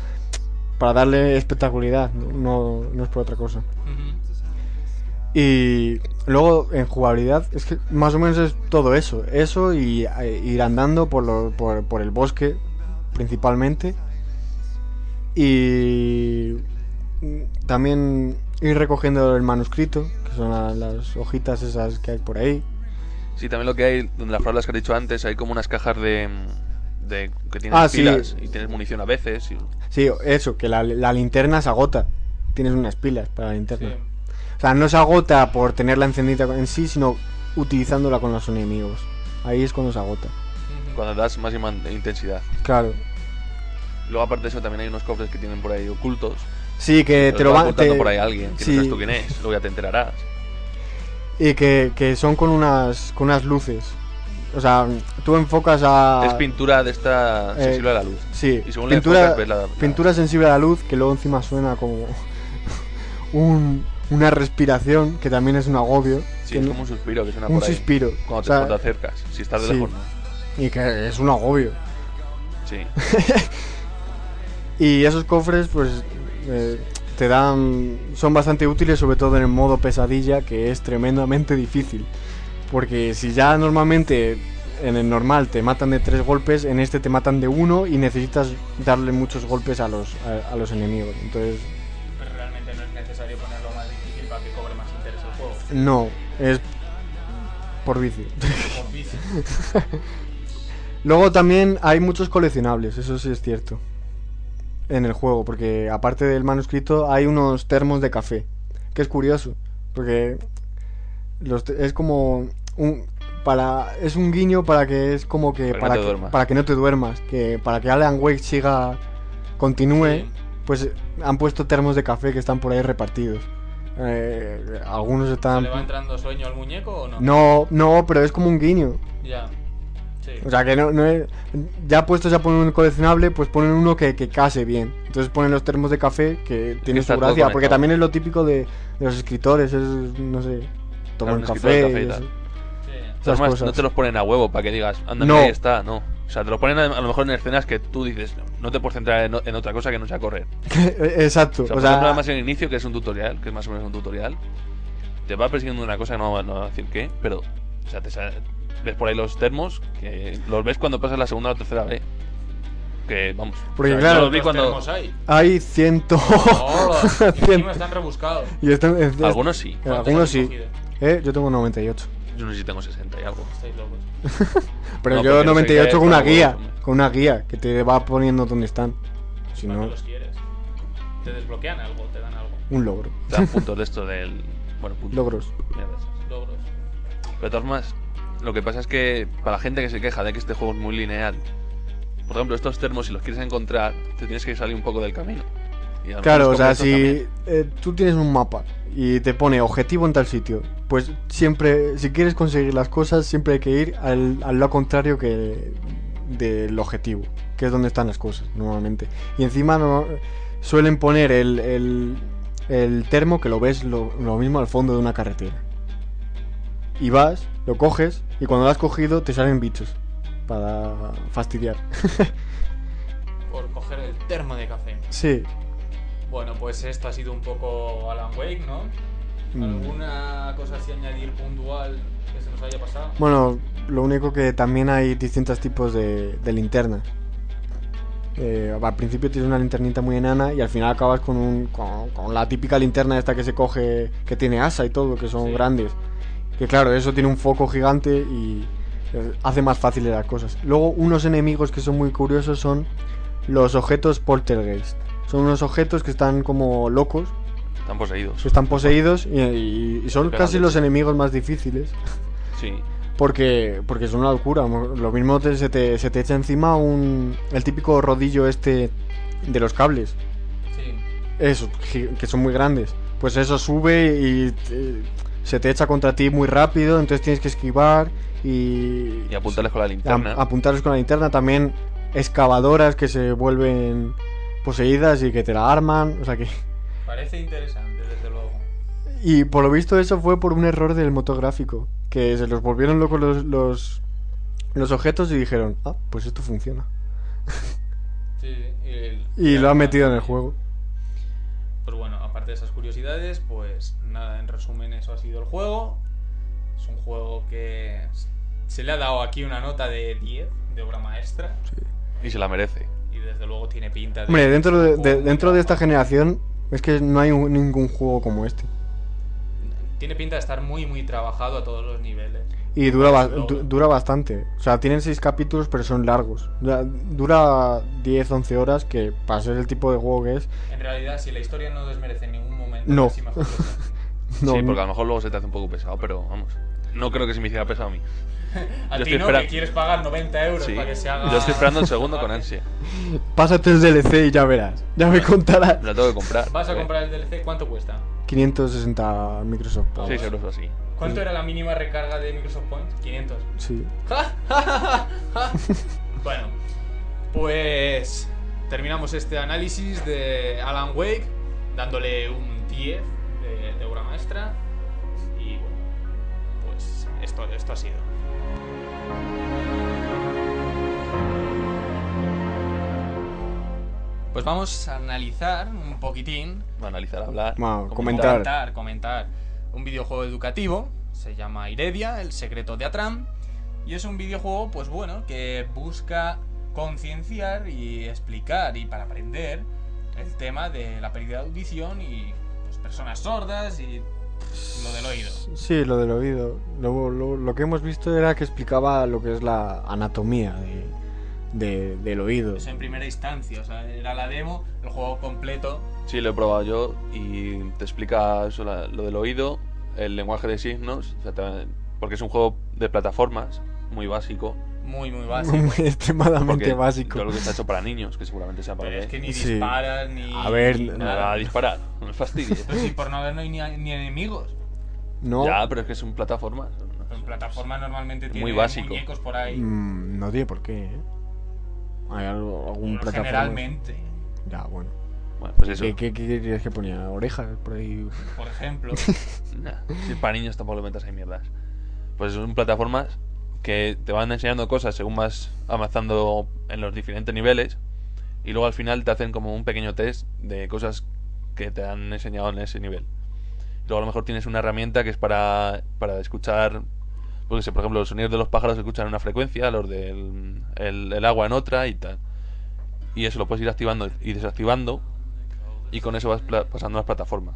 Speaker 4: para darle espectacularidad, no, no es por otra cosa.
Speaker 6: Ujú.
Speaker 4: Y luego en jugabilidad, es que más o menos es todo eso. Eso y eh, ir andando por, lo- por, por el bosque principalmente. Y mm, también ir recogiendo el manuscrito, que son la- las hojitas esas que hay por ahí.
Speaker 3: Sí, también lo que hay, donde las fraulas que has dicho antes, hay como unas cajas de. de- que tienes
Speaker 4: Ah, sí.
Speaker 3: pilas y tienes munición a veces. y-
Speaker 4: Sí, eso, que la, la linterna se agota. Tienes unas pilas para la
Speaker 6: Sí.
Speaker 4: linterna. O sea, no se agota por tenerla encendida en sí, sino utilizándola con los enemigos. Ahí es cuando se agota.
Speaker 6: Ujú.
Speaker 3: cuando das máxima intensidad.
Speaker 4: Claro.
Speaker 3: Luego, aparte de eso, también hay unos cofres que tienen por ahí ocultos.
Speaker 4: Sí, que
Speaker 3: que
Speaker 4: Eh, te lo
Speaker 3: va
Speaker 4: van...
Speaker 3: ocultando
Speaker 4: te-
Speaker 3: por ahí alguien, que
Speaker 4: sí.
Speaker 3: no sabes tú quién es, luego ya te enterarás.
Speaker 4: Y que, que son con unas, con unas luces. O sea, tú enfocas a...
Speaker 3: Es pintura de esta
Speaker 4: Ah. eh,
Speaker 3: sensible a la luz.
Speaker 4: Sí,
Speaker 3: Y según le
Speaker 4: pintura,
Speaker 3: enfocas, ves la- la-
Speaker 4: pintura sensible a la luz, que luego encima suena como un- una respiración, que también es un agobio.
Speaker 3: Sí,
Speaker 4: que
Speaker 3: es
Speaker 4: no-
Speaker 3: como un suspiro que suena
Speaker 4: un
Speaker 3: por ahí.
Speaker 4: suspiro.
Speaker 3: Cuando, te,
Speaker 4: o sea,
Speaker 3: cuando te acercas, si estás de
Speaker 4: sí.
Speaker 3: lejos, no.
Speaker 4: y que es un agobio.
Speaker 3: Sí.
Speaker 4: Y esos cofres, pues, eh, te dan. son bastante útiles, sobre todo en el modo pesadilla, que es tremendamente difícil. Porque si ya normalmente en el normal te matan de tres golpes, en este te matan de uno y necesitas darle muchos golpes a los, a, a los enemigos. Entonces,
Speaker 6: Pero realmente no es necesario ponerlo más difícil para que cobre más interés el juego.
Speaker 4: no, es por vicio.
Speaker 6: Por vicio.
Speaker 4: Luego también hay muchos coleccionables, eso sí es cierto. En el juego, porque aparte del manuscrito hay unos termos de café. Que es curioso, porque los te- es como un para es un guiño para que es como que
Speaker 3: Para que
Speaker 4: para,
Speaker 3: no te
Speaker 4: que,
Speaker 3: duermas.
Speaker 4: para que no te duermas, que para que Alan Wake siga continúe,
Speaker 6: Sí.
Speaker 4: pues han puesto termos de café que están por ahí repartidos. Eh, algunos
Speaker 6: ¿Se
Speaker 4: están
Speaker 6: le va entrando sueño al muñeco o no?
Speaker 4: no, no, pero es como un guiño.
Speaker 6: Ya. Sí.
Speaker 4: O sea que no, no es- ya puestos a poner un coleccionable, pues ponen uno que, que case bien. Entonces ponen los termos de café que tienen
Speaker 3: está
Speaker 4: su
Speaker 3: todo
Speaker 4: gracia, porque
Speaker 3: conectado.
Speaker 4: también es lo típico de, de los escritores, es, no sé, toman
Speaker 3: un escritor de
Speaker 4: café.
Speaker 3: café y
Speaker 4: y
Speaker 3: tal.
Speaker 4: eso.
Speaker 6: sí.
Speaker 4: Esas
Speaker 3: Además,
Speaker 4: cosas.
Speaker 3: no te los ponen a huevo para que digas, anda,
Speaker 4: No.
Speaker 3: ahí está, no. O sea, te los ponen a, a lo mejor en escenas que tú dices, no te puedes centrar en, o- en otra cosa que no sea correr.
Speaker 4: Exacto.
Speaker 3: O sea,
Speaker 4: o
Speaker 3: por
Speaker 4: sea,
Speaker 3: ejemplo, además en el inicio, que es un tutorial, que es más o menos un tutorial, te va persiguiendo una cosa, no, no voy a decir qué, pero, o sea, te sale- ves por ahí los termos, que los ves cuando pasas la segunda o tercera vez. Que, vamos. o
Speaker 4: Porque,
Speaker 3: sea,
Speaker 4: claro,
Speaker 3: yo los vi
Speaker 6: ¿Cuántos
Speaker 3: cuando.
Speaker 6: termos hay?
Speaker 4: hay ciento.
Speaker 6: ¡Hola!
Speaker 4: Cien-
Speaker 6: Encima están rebuscados.
Speaker 4: y están- es- es-
Speaker 3: Algunos sí.
Speaker 6: ¿Cuántos
Speaker 4: algunos
Speaker 6: han
Speaker 4: sí.
Speaker 6: cogido?
Speaker 4: Eh, yo tengo 98.
Speaker 3: Yo no sé si tengo 60 y algo.
Speaker 6: Estáis locos.
Speaker 4: Pero
Speaker 3: No,
Speaker 4: yo
Speaker 3: porque no sé qué
Speaker 4: 98 con
Speaker 3: es,
Speaker 4: una
Speaker 3: pero
Speaker 4: guía.
Speaker 3: bueno, hombre.
Speaker 4: Con una guía que te va poniendo dónde están. Si
Speaker 6: ¿Para qué
Speaker 4: no.
Speaker 6: los quieres?
Speaker 2: Te desbloquean algo, te dan algo.
Speaker 4: Un logro.
Speaker 3: Te dan puntos de esto del. Bueno, puntos.
Speaker 4: Logros.
Speaker 3: Mierda esas.
Speaker 2: Logros.
Speaker 3: Pero de todas formas, lo que pasa es que para la gente que se queja de que este juego es muy lineal, por ejemplo, estos termos, si los quieres encontrar, te tienes que salir un poco del camino. Y a lo
Speaker 4: Claro,
Speaker 3: mejor
Speaker 4: o
Speaker 3: es
Speaker 4: sea,
Speaker 3: complejo
Speaker 4: si
Speaker 3: también.
Speaker 4: eh, tú tienes un mapa y te pone objetivo en tal sitio, pues siempre, si quieres conseguir las cosas, siempre hay que ir al, al lado contrario que del objetivo, que es donde están las cosas normalmente. Y encima no, suelen poner el, el- el termo que lo ves lo, lo mismo al fondo de una carretera. Y vas, lo coges, y cuando lo has cogido te salen bichos para fastidiar.
Speaker 2: Por coger el termo de café.
Speaker 4: Sí.
Speaker 2: Bueno, pues esto ha sido un poco Alan Wake, ¿no?
Speaker 4: Mm.
Speaker 2: ¿Alguna cosa así añadir puntual que se nos haya pasado?
Speaker 4: Bueno, lo único que también hay distintos tipos de, de linterna. Eh, al principio tienes una linternita muy enana y al final acabas con, un, con, con la típica linterna esta que se coge, que tiene asa y todo, que son
Speaker 2: Sí.
Speaker 4: grandes. Que claro, eso tiene un foco gigante y eh, hace más fáciles las cosas. Luego, unos enemigos que son muy curiosos son los objetos poltergeist. Son unos objetos que están como locos,
Speaker 3: Están poseídos.
Speaker 4: que están poseídos y, y- y son
Speaker 3: Pegan
Speaker 4: casi
Speaker 3: de
Speaker 4: los
Speaker 3: ti.
Speaker 4: enemigos más difíciles.
Speaker 3: Sí.
Speaker 4: Porque, porque es una locura. mo- Lo mismo te- se, te, se te echa encima un, el típico rodillo este de los cables.
Speaker 2: Sí.
Speaker 4: Eso, gi- que son muy grandes. Pues eso sube y te- se te echa contra ti muy rápido. Entonces tienes que esquivar y,
Speaker 3: Y apuntarles con la
Speaker 4: a-
Speaker 3: linterna.
Speaker 4: apuntarles con la linterna. También excavadoras que se vuelven poseídas y que te la arman. O sea que.
Speaker 2: Parece interesante, desde luego.
Speaker 4: Y por lo visto eso fue por un error del motográfico, que se los volvieron locos los, los, los objetos y dijeron, ah, pues esto funciona.
Speaker 2: Sí, y, el-
Speaker 4: Y lo
Speaker 2: la-
Speaker 4: han metido en el juego.
Speaker 2: Pues bueno, aparte de esas curiosidades, pues nada, en resumen eso ha sido el juego. Es un juego que s- se le ha dado aquí una nota de 10 de obra maestra
Speaker 3: Y se la merece.
Speaker 2: y desde luego tiene pinta de...
Speaker 4: Hombre, dentro de, de-
Speaker 2: juego
Speaker 4: dentro de esta
Speaker 2: muy-
Speaker 4: generación es que no hay un- ningún juego como este.
Speaker 2: Tiene pinta de estar muy, muy trabajado a todos los niveles.
Speaker 4: Y dura, ba-
Speaker 2: Luego.
Speaker 4: du- dura bastante. O sea, tienen seis capítulos, pero son largos. Dura- Dura 10, 11 horas, que para ser el tipo de juego que es...
Speaker 2: En realidad, si la historia no desmerece en ningún momento,
Speaker 4: No.
Speaker 2: casi mejor que sea.
Speaker 4: No,
Speaker 3: sí, porque a lo mejor luego se te hace un poco pesado, pero vamos. No creo que se me hiciera pesado a mí.
Speaker 2: A
Speaker 3: Yo
Speaker 2: ti
Speaker 3: estoy
Speaker 2: no,
Speaker 3: esperan-
Speaker 2: que quieres pagar 90 euros
Speaker 3: Sí.
Speaker 2: para que se haga...
Speaker 3: Yo estoy esperando el segundo con ansia.
Speaker 4: Pásate el DLC y ya verás. Ya me contarás.
Speaker 3: Me lo tengo que comprar.
Speaker 2: ¿Vas a
Speaker 3: ver,
Speaker 2: comprar el DLC? ¿Cuánto cuesta?
Speaker 4: 560 Microsoft. Power.
Speaker 3: 6 euros o así.
Speaker 4: Mm.
Speaker 2: ¿Cuánto era la mínima recarga de Microsoft Points? 500.
Speaker 4: Sí.
Speaker 2: Bueno, pues terminamos este análisis de Alan Wake dándole un 10 de, de obra maestra. Y bueno, pues esto, esto ha sido. Pues vamos a analizar un poquitín
Speaker 3: Analizar, hablar.
Speaker 4: Bueno, comentar.
Speaker 2: comentar, comentar. Un videojuego educativo, se llama Iredia, el secreto de Atram. Y es un videojuego, pues bueno, que busca concienciar y explicar y para aprender el tema de la pérdida de audición y pues, personas sordas y lo del oído.
Speaker 4: Sí, lo del oído. Lo, lo- lo que hemos visto era que explicaba lo que es la anatomía de, de- del oído.
Speaker 2: Eso en primera instancia, o sea, era la demo, el juego completo.
Speaker 3: Sí, lo he probado yo y te explica eso, la- lo del oído, el lenguaje de signos, o sea, te- porque es un juego de plataformas muy básico.
Speaker 2: Muy, muy básico.
Speaker 4: Extremadamente
Speaker 3: porque
Speaker 4: básico.
Speaker 3: Todo lo que está hecho para niños, que seguramente sea para
Speaker 2: Pero es que ni
Speaker 4: Sí.
Speaker 2: disparas, ni.
Speaker 4: A ver,
Speaker 3: No,
Speaker 2: nada.
Speaker 3: nada, disparar, no me fastidies.
Speaker 2: Pero si por no haber no hay ni, ni enemigos.
Speaker 4: No,
Speaker 3: Ya, pero es que es un plataforma.
Speaker 2: En plataformas normalmente
Speaker 3: Muy
Speaker 2: tienen
Speaker 3: básico.
Speaker 2: muñecos por ahí.
Speaker 4: mm, no tiene por qué. ¿eh? Hay algo, algún
Speaker 2: Bueno,
Speaker 4: plataforma.
Speaker 2: generalmente,
Speaker 4: Ya, bueno.
Speaker 3: Bueno, pues eso.
Speaker 4: ¿Qué, qué, qué querías que ponía? ¿Orejas por ahí?
Speaker 2: por ejemplo.
Speaker 3: Nah, si es para niños tampoco le metas ahí mierdas. Pues son plataformas que te van enseñando cosas según vas avanzando en los diferentes niveles y luego al final te hacen como un pequeño test de cosas que te han enseñado en ese nivel. Luego a lo mejor tienes una herramienta que es para, para escuchar, porque sé, por ejemplo, los sonidos de los pájaros se escuchan en una frecuencia, los del el- el agua en otra y tal. Y eso lo puedes ir activando y desactivando y con eso vas pla- pasando las plataformas.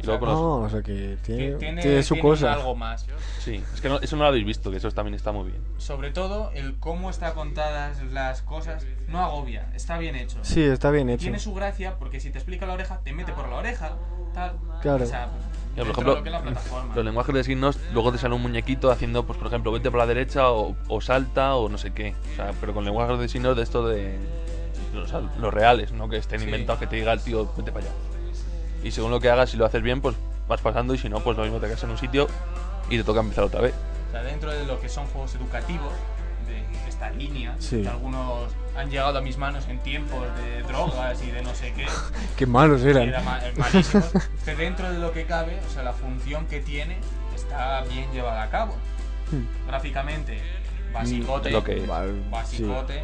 Speaker 3: Y luego con los-
Speaker 4: No, o sea que tiene,
Speaker 2: Que tiene,
Speaker 4: tiene su
Speaker 2: tiene
Speaker 4: cosa.
Speaker 2: algo más.
Speaker 3: Sí, es que no- eso no lo habéis visto, que eso también está muy bien.
Speaker 2: Sobre todo, el cómo está contadas las cosas no agobia, está bien hecho.
Speaker 4: Sí, está bien hecho.
Speaker 2: Tiene su gracia porque si te explica la oreja, te mete por la oreja, tal.
Speaker 4: Claro.
Speaker 2: O sea, pues,
Speaker 3: Mira,
Speaker 2: dentro
Speaker 3: por
Speaker 2: de lo que es
Speaker 3: ejemplo,
Speaker 2: la plataforma.
Speaker 3: los lenguajes de signos, luego te sale un muñequito haciendo, pues por ejemplo, vete por la derecha o, o salta o no sé qué. O sea, pero con lenguajes de signos de esto de. o sea, los reales, no que estén
Speaker 2: Sí.
Speaker 3: inventados, que te diga el tío, vete para allá. Y según lo que hagas, si lo haces bien, pues vas pasando y si no, pues lo mismo te quedas en un sitio y te toca empezar otra vez.
Speaker 2: O sea, dentro de lo que son juegos educativos, de esta línea,
Speaker 4: Sí.
Speaker 2: que algunos han llegado a mis manos en tiempos de drogas y de no sé qué,
Speaker 4: Qué malos
Speaker 2: que
Speaker 4: eran.
Speaker 2: era ma- malísimos, que dentro de lo que cabe, o sea, la función que tiene está bien llevada a cabo.
Speaker 4: Hmm.
Speaker 2: Gráficamente, basicote,
Speaker 3: Es lo que-
Speaker 4: Vale, sí.
Speaker 2: basicote,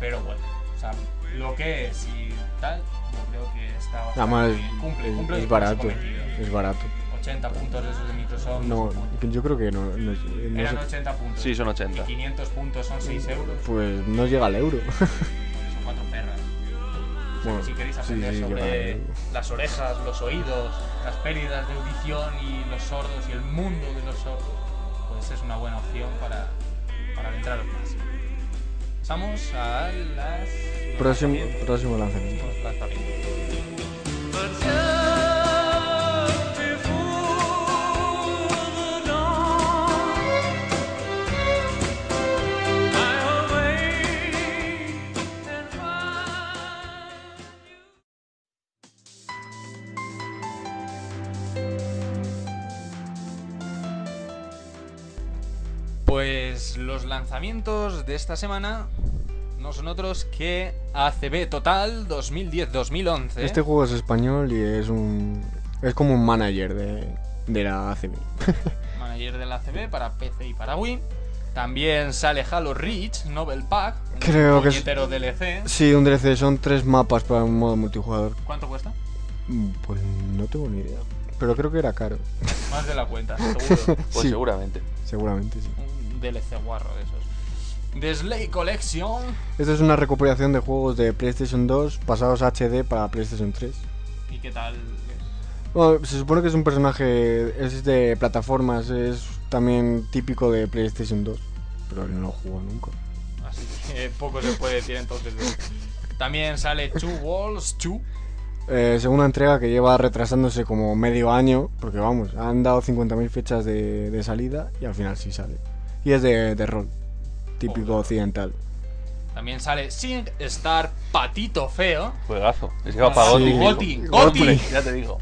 Speaker 2: pero bueno, o sea, lo que es y tal, yo creo que está bastante
Speaker 4: Además,
Speaker 2: bien. Cumple,
Speaker 4: es,
Speaker 2: cumple
Speaker 4: es
Speaker 2: su
Speaker 4: barato.
Speaker 2: cometido.
Speaker 4: Es barato.
Speaker 2: 80 puntos de esos de Microsoft.
Speaker 4: No,
Speaker 2: sé cuánto.
Speaker 4: yo creo que no. no- no
Speaker 2: Eran
Speaker 4: sé.
Speaker 2: 80 puntos.
Speaker 3: Sí, son
Speaker 2: Y
Speaker 3: 80.
Speaker 2: 500 puntos son 6 euros.
Speaker 4: Pues no llega al euro.
Speaker 2: Son cuatro perras. O sea,
Speaker 4: Bueno,
Speaker 2: que si queréis
Speaker 4: sí,
Speaker 2: aprender
Speaker 4: sí,
Speaker 2: sobre
Speaker 4: llega al euro.
Speaker 2: las orejas, los oídos, las pérdidas de audición y los sordos y el mundo de los sordos, pues es una buena opción para, para adentraros más. Pasamos a las.
Speaker 4: Próximo,
Speaker 2: lanzamientos.
Speaker 4: próximo lanzamiento.
Speaker 2: Los lanzamientos. Pues los lanzamientos de esta semana no son otros que ACB Total 2010-2011.
Speaker 4: Este juego es español y es un. Es como un manager de, de la ACB.
Speaker 2: manager de la CB para PC y para Wii. También sale Halo Reach, Novel Pack, un
Speaker 4: Creo que es-
Speaker 2: puñetero DLC.
Speaker 4: Sí, un DLC, son tres mapas para un modo multijugador.
Speaker 2: ¿Cuánto cuesta?
Speaker 4: Mm, Pues no tengo ni idea. Pero creo que era caro.
Speaker 2: Más de la cuenta, seguro.
Speaker 3: Pues
Speaker 4: Sí.
Speaker 3: seguramente.
Speaker 4: Seguramente sí.
Speaker 2: un DLC guarro de esos. The Slay Collection.
Speaker 4: Esto es una recuperación de juegos de PlayStation 2 pasados a HD para PlayStation 3.
Speaker 2: ¿Y qué tal?
Speaker 4: Bueno, se supone que es un personaje. Es de plataformas, es también típico de PlayStation 2. Pero no lo juego nunca.
Speaker 2: Así que poco se puede decir entonces. de- También sale Two Walls 2.
Speaker 4: Eh, segunda entrega que lleva retrasándose como medio año, porque vamos, han dado 50.000 fechas de, de salida y al final sí sale. Y es de, de rol, típico
Speaker 2: Joder.
Speaker 4: occidental.
Speaker 2: También sale Sing Star Patito Feo.
Speaker 3: Juegazo. Es que va para
Speaker 4: Sí.
Speaker 3: Goti.
Speaker 2: Goti,
Speaker 3: hijo.
Speaker 2: Goti.
Speaker 3: Ya te digo.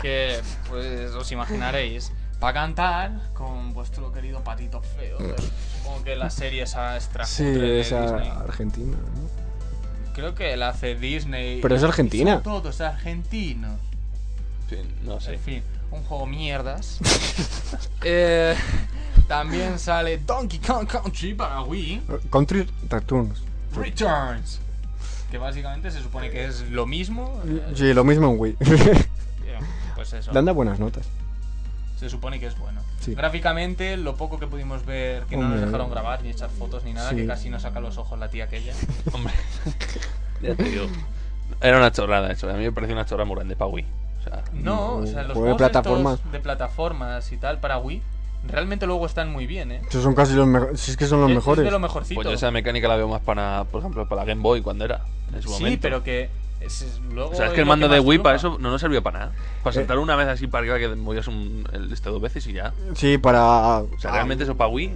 Speaker 2: que pues os imaginaréis para cantar con vuestro querido patito feo
Speaker 4: Mm.
Speaker 2: pero supongo que la serie esa extra
Speaker 4: Sí,
Speaker 2: cutre de
Speaker 4: es a-
Speaker 2: Disney.
Speaker 4: argentina, ¿no?
Speaker 2: creo que la hace Disney
Speaker 4: Pero es argentina.
Speaker 2: Son todos argentinos
Speaker 3: Sí, no sé.
Speaker 2: en fin un juego mierdas Eh, también sale Donkey Kong Country para Wii
Speaker 4: Country Returns.
Speaker 2: Returns que básicamente se supone que es lo mismo eh,
Speaker 4: Sí, lo mismo en Wii.
Speaker 2: eh, pues eso
Speaker 4: Le han dado buenas notas.
Speaker 2: Se supone que es bueno.
Speaker 4: Sí.
Speaker 2: Gráficamente, lo poco que pudimos ver, que no nos
Speaker 4: Hombre.
Speaker 2: dejaron grabar, ni echar fotos, ni nada,
Speaker 4: Sí.
Speaker 2: que casi nos saca los ojos la tía aquella.
Speaker 3: Hombre, ya te digo. Era una chorrada eso. A mí me pareció una chorrada muy grande para Wii. O sea,
Speaker 2: No,
Speaker 4: Mm,
Speaker 2: o sea, los
Speaker 4: juego de
Speaker 2: juegos estos
Speaker 4: plataformas.
Speaker 2: de plataformas y tal para Wii, realmente luego están muy bien, ¿eh?
Speaker 4: Estos son casi los mejores. Si es que son los
Speaker 2: Es-
Speaker 4: mejores.
Speaker 2: Es de lo mejorcito.
Speaker 3: pues yo esa mecánica la veo más para, por ejemplo, para la Game Boy cuando era. En su
Speaker 2: sí,
Speaker 3: momento.
Speaker 2: pero que... es- es- luego
Speaker 3: O sea, es
Speaker 2: es
Speaker 3: que el
Speaker 2: lo
Speaker 3: mando de
Speaker 2: más
Speaker 3: Wii para
Speaker 2: triunfa.
Speaker 3: eso no nos sirvió para nada. Para saltar una vez así para arriba que movías un, el este dos veces y ya.
Speaker 4: Sí, para.
Speaker 2: Ah,
Speaker 3: O sea, realmente eso para Wii,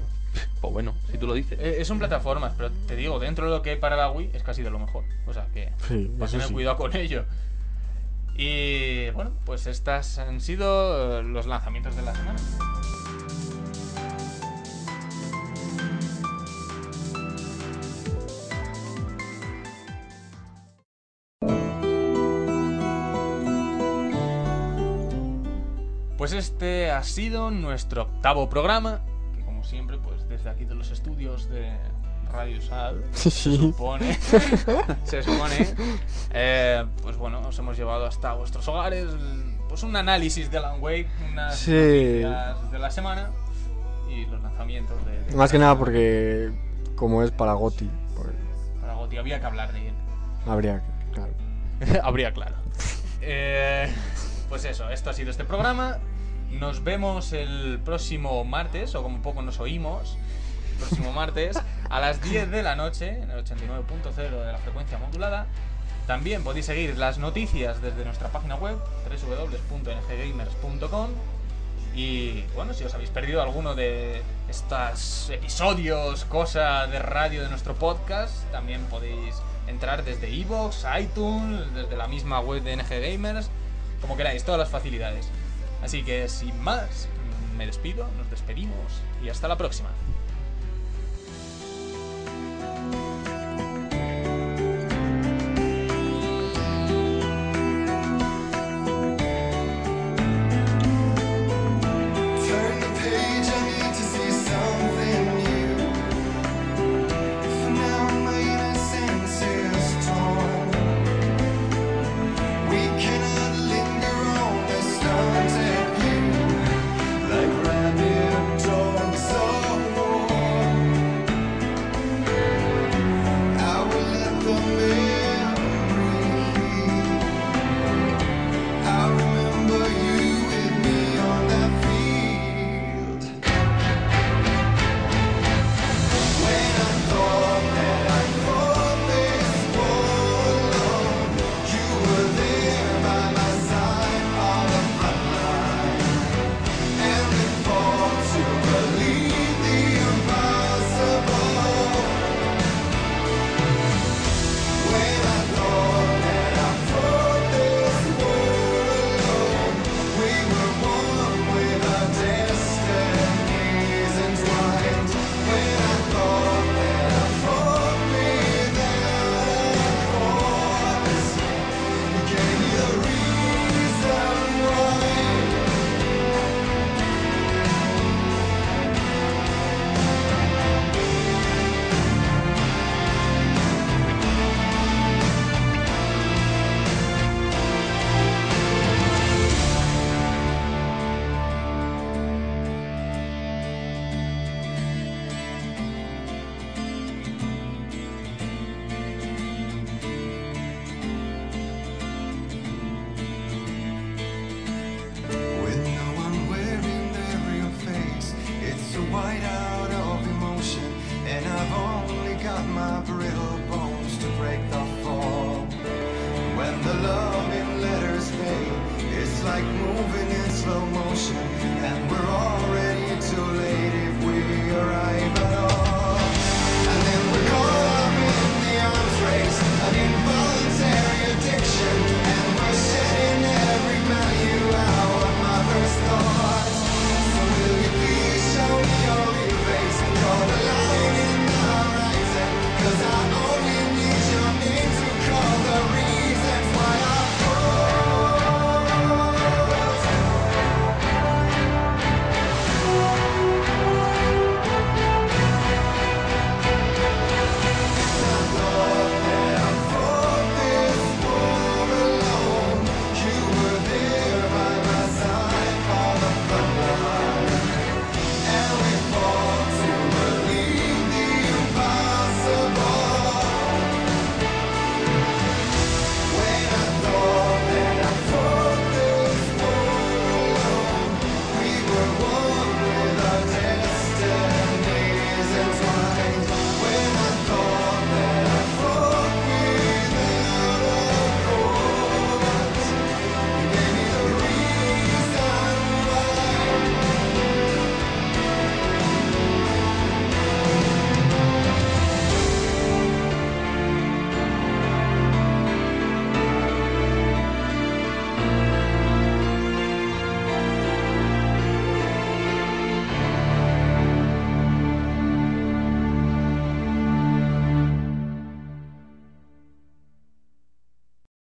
Speaker 3: pues bueno, si tú lo dices.
Speaker 2: Eh, Es un plataformas, pero te digo, dentro de lo que hay para la Wii es casi de lo mejor. O sea, que...
Speaker 4: Sí,
Speaker 2: Pues
Speaker 4: eso
Speaker 2: tener
Speaker 4: sí.
Speaker 2: cuidado con ello. Y bueno, pues estas han sido eh, los lanzamientos de la semana. Pues este ha sido nuestro octavo programa, que como siempre, pues desde aquí de los estudios de Radio Sal
Speaker 4: Sí, sí.
Speaker 2: supone, se supone, eh, pues bueno, os hemos llevado hasta vuestros hogares, l- pues un análisis de Alan Wake, unas
Speaker 4: Sí.
Speaker 2: noticias de la semana y los lanzamientos de... de-
Speaker 4: Más que nada porque. Como es para Goti, pues,
Speaker 2: Para Goti, había que hablar de él.
Speaker 4: habría que. Claro.
Speaker 2: habría claro. Eh, Pues eso, esto ha sido este programa. Nos vemos el próximo martes, o como poco nos oímos, el próximo martes, a las 10 de la noche, en el 89.0 de la frecuencia modulada. También podéis seguir las noticias desde nuestra página web, www.nggamers.com. Y bueno, si os habéis perdido alguno de estos episodios, cosa de radio de nuestro podcast, también podéis entrar desde iVoox, iTunes, desde la misma web de NG Gamers, como queráis, todas las facilidades. Así que sin más, me despido, nos despedimos y hasta la próxima.
Speaker 7: Turn the page, I need to see something new. For now, my innocence is torn. We cannot linger on the stones at you like rabid dogs of war. I will let the memory heal. I remember you with me on that field. When I thought that I fought this war alone, you were there by my side on the front line, and we fought to believe the impossible. When I thought that I fought this war alone, we were one with our destinies entwined. When I thought that I fought without a cause, you gave me a reason why. With no one wearing their real face, it's a whiteout of emotion, and I've only got my brittle bones to break the fall. When the love in letters fade, it's like moving in slow motion, and we're already too late.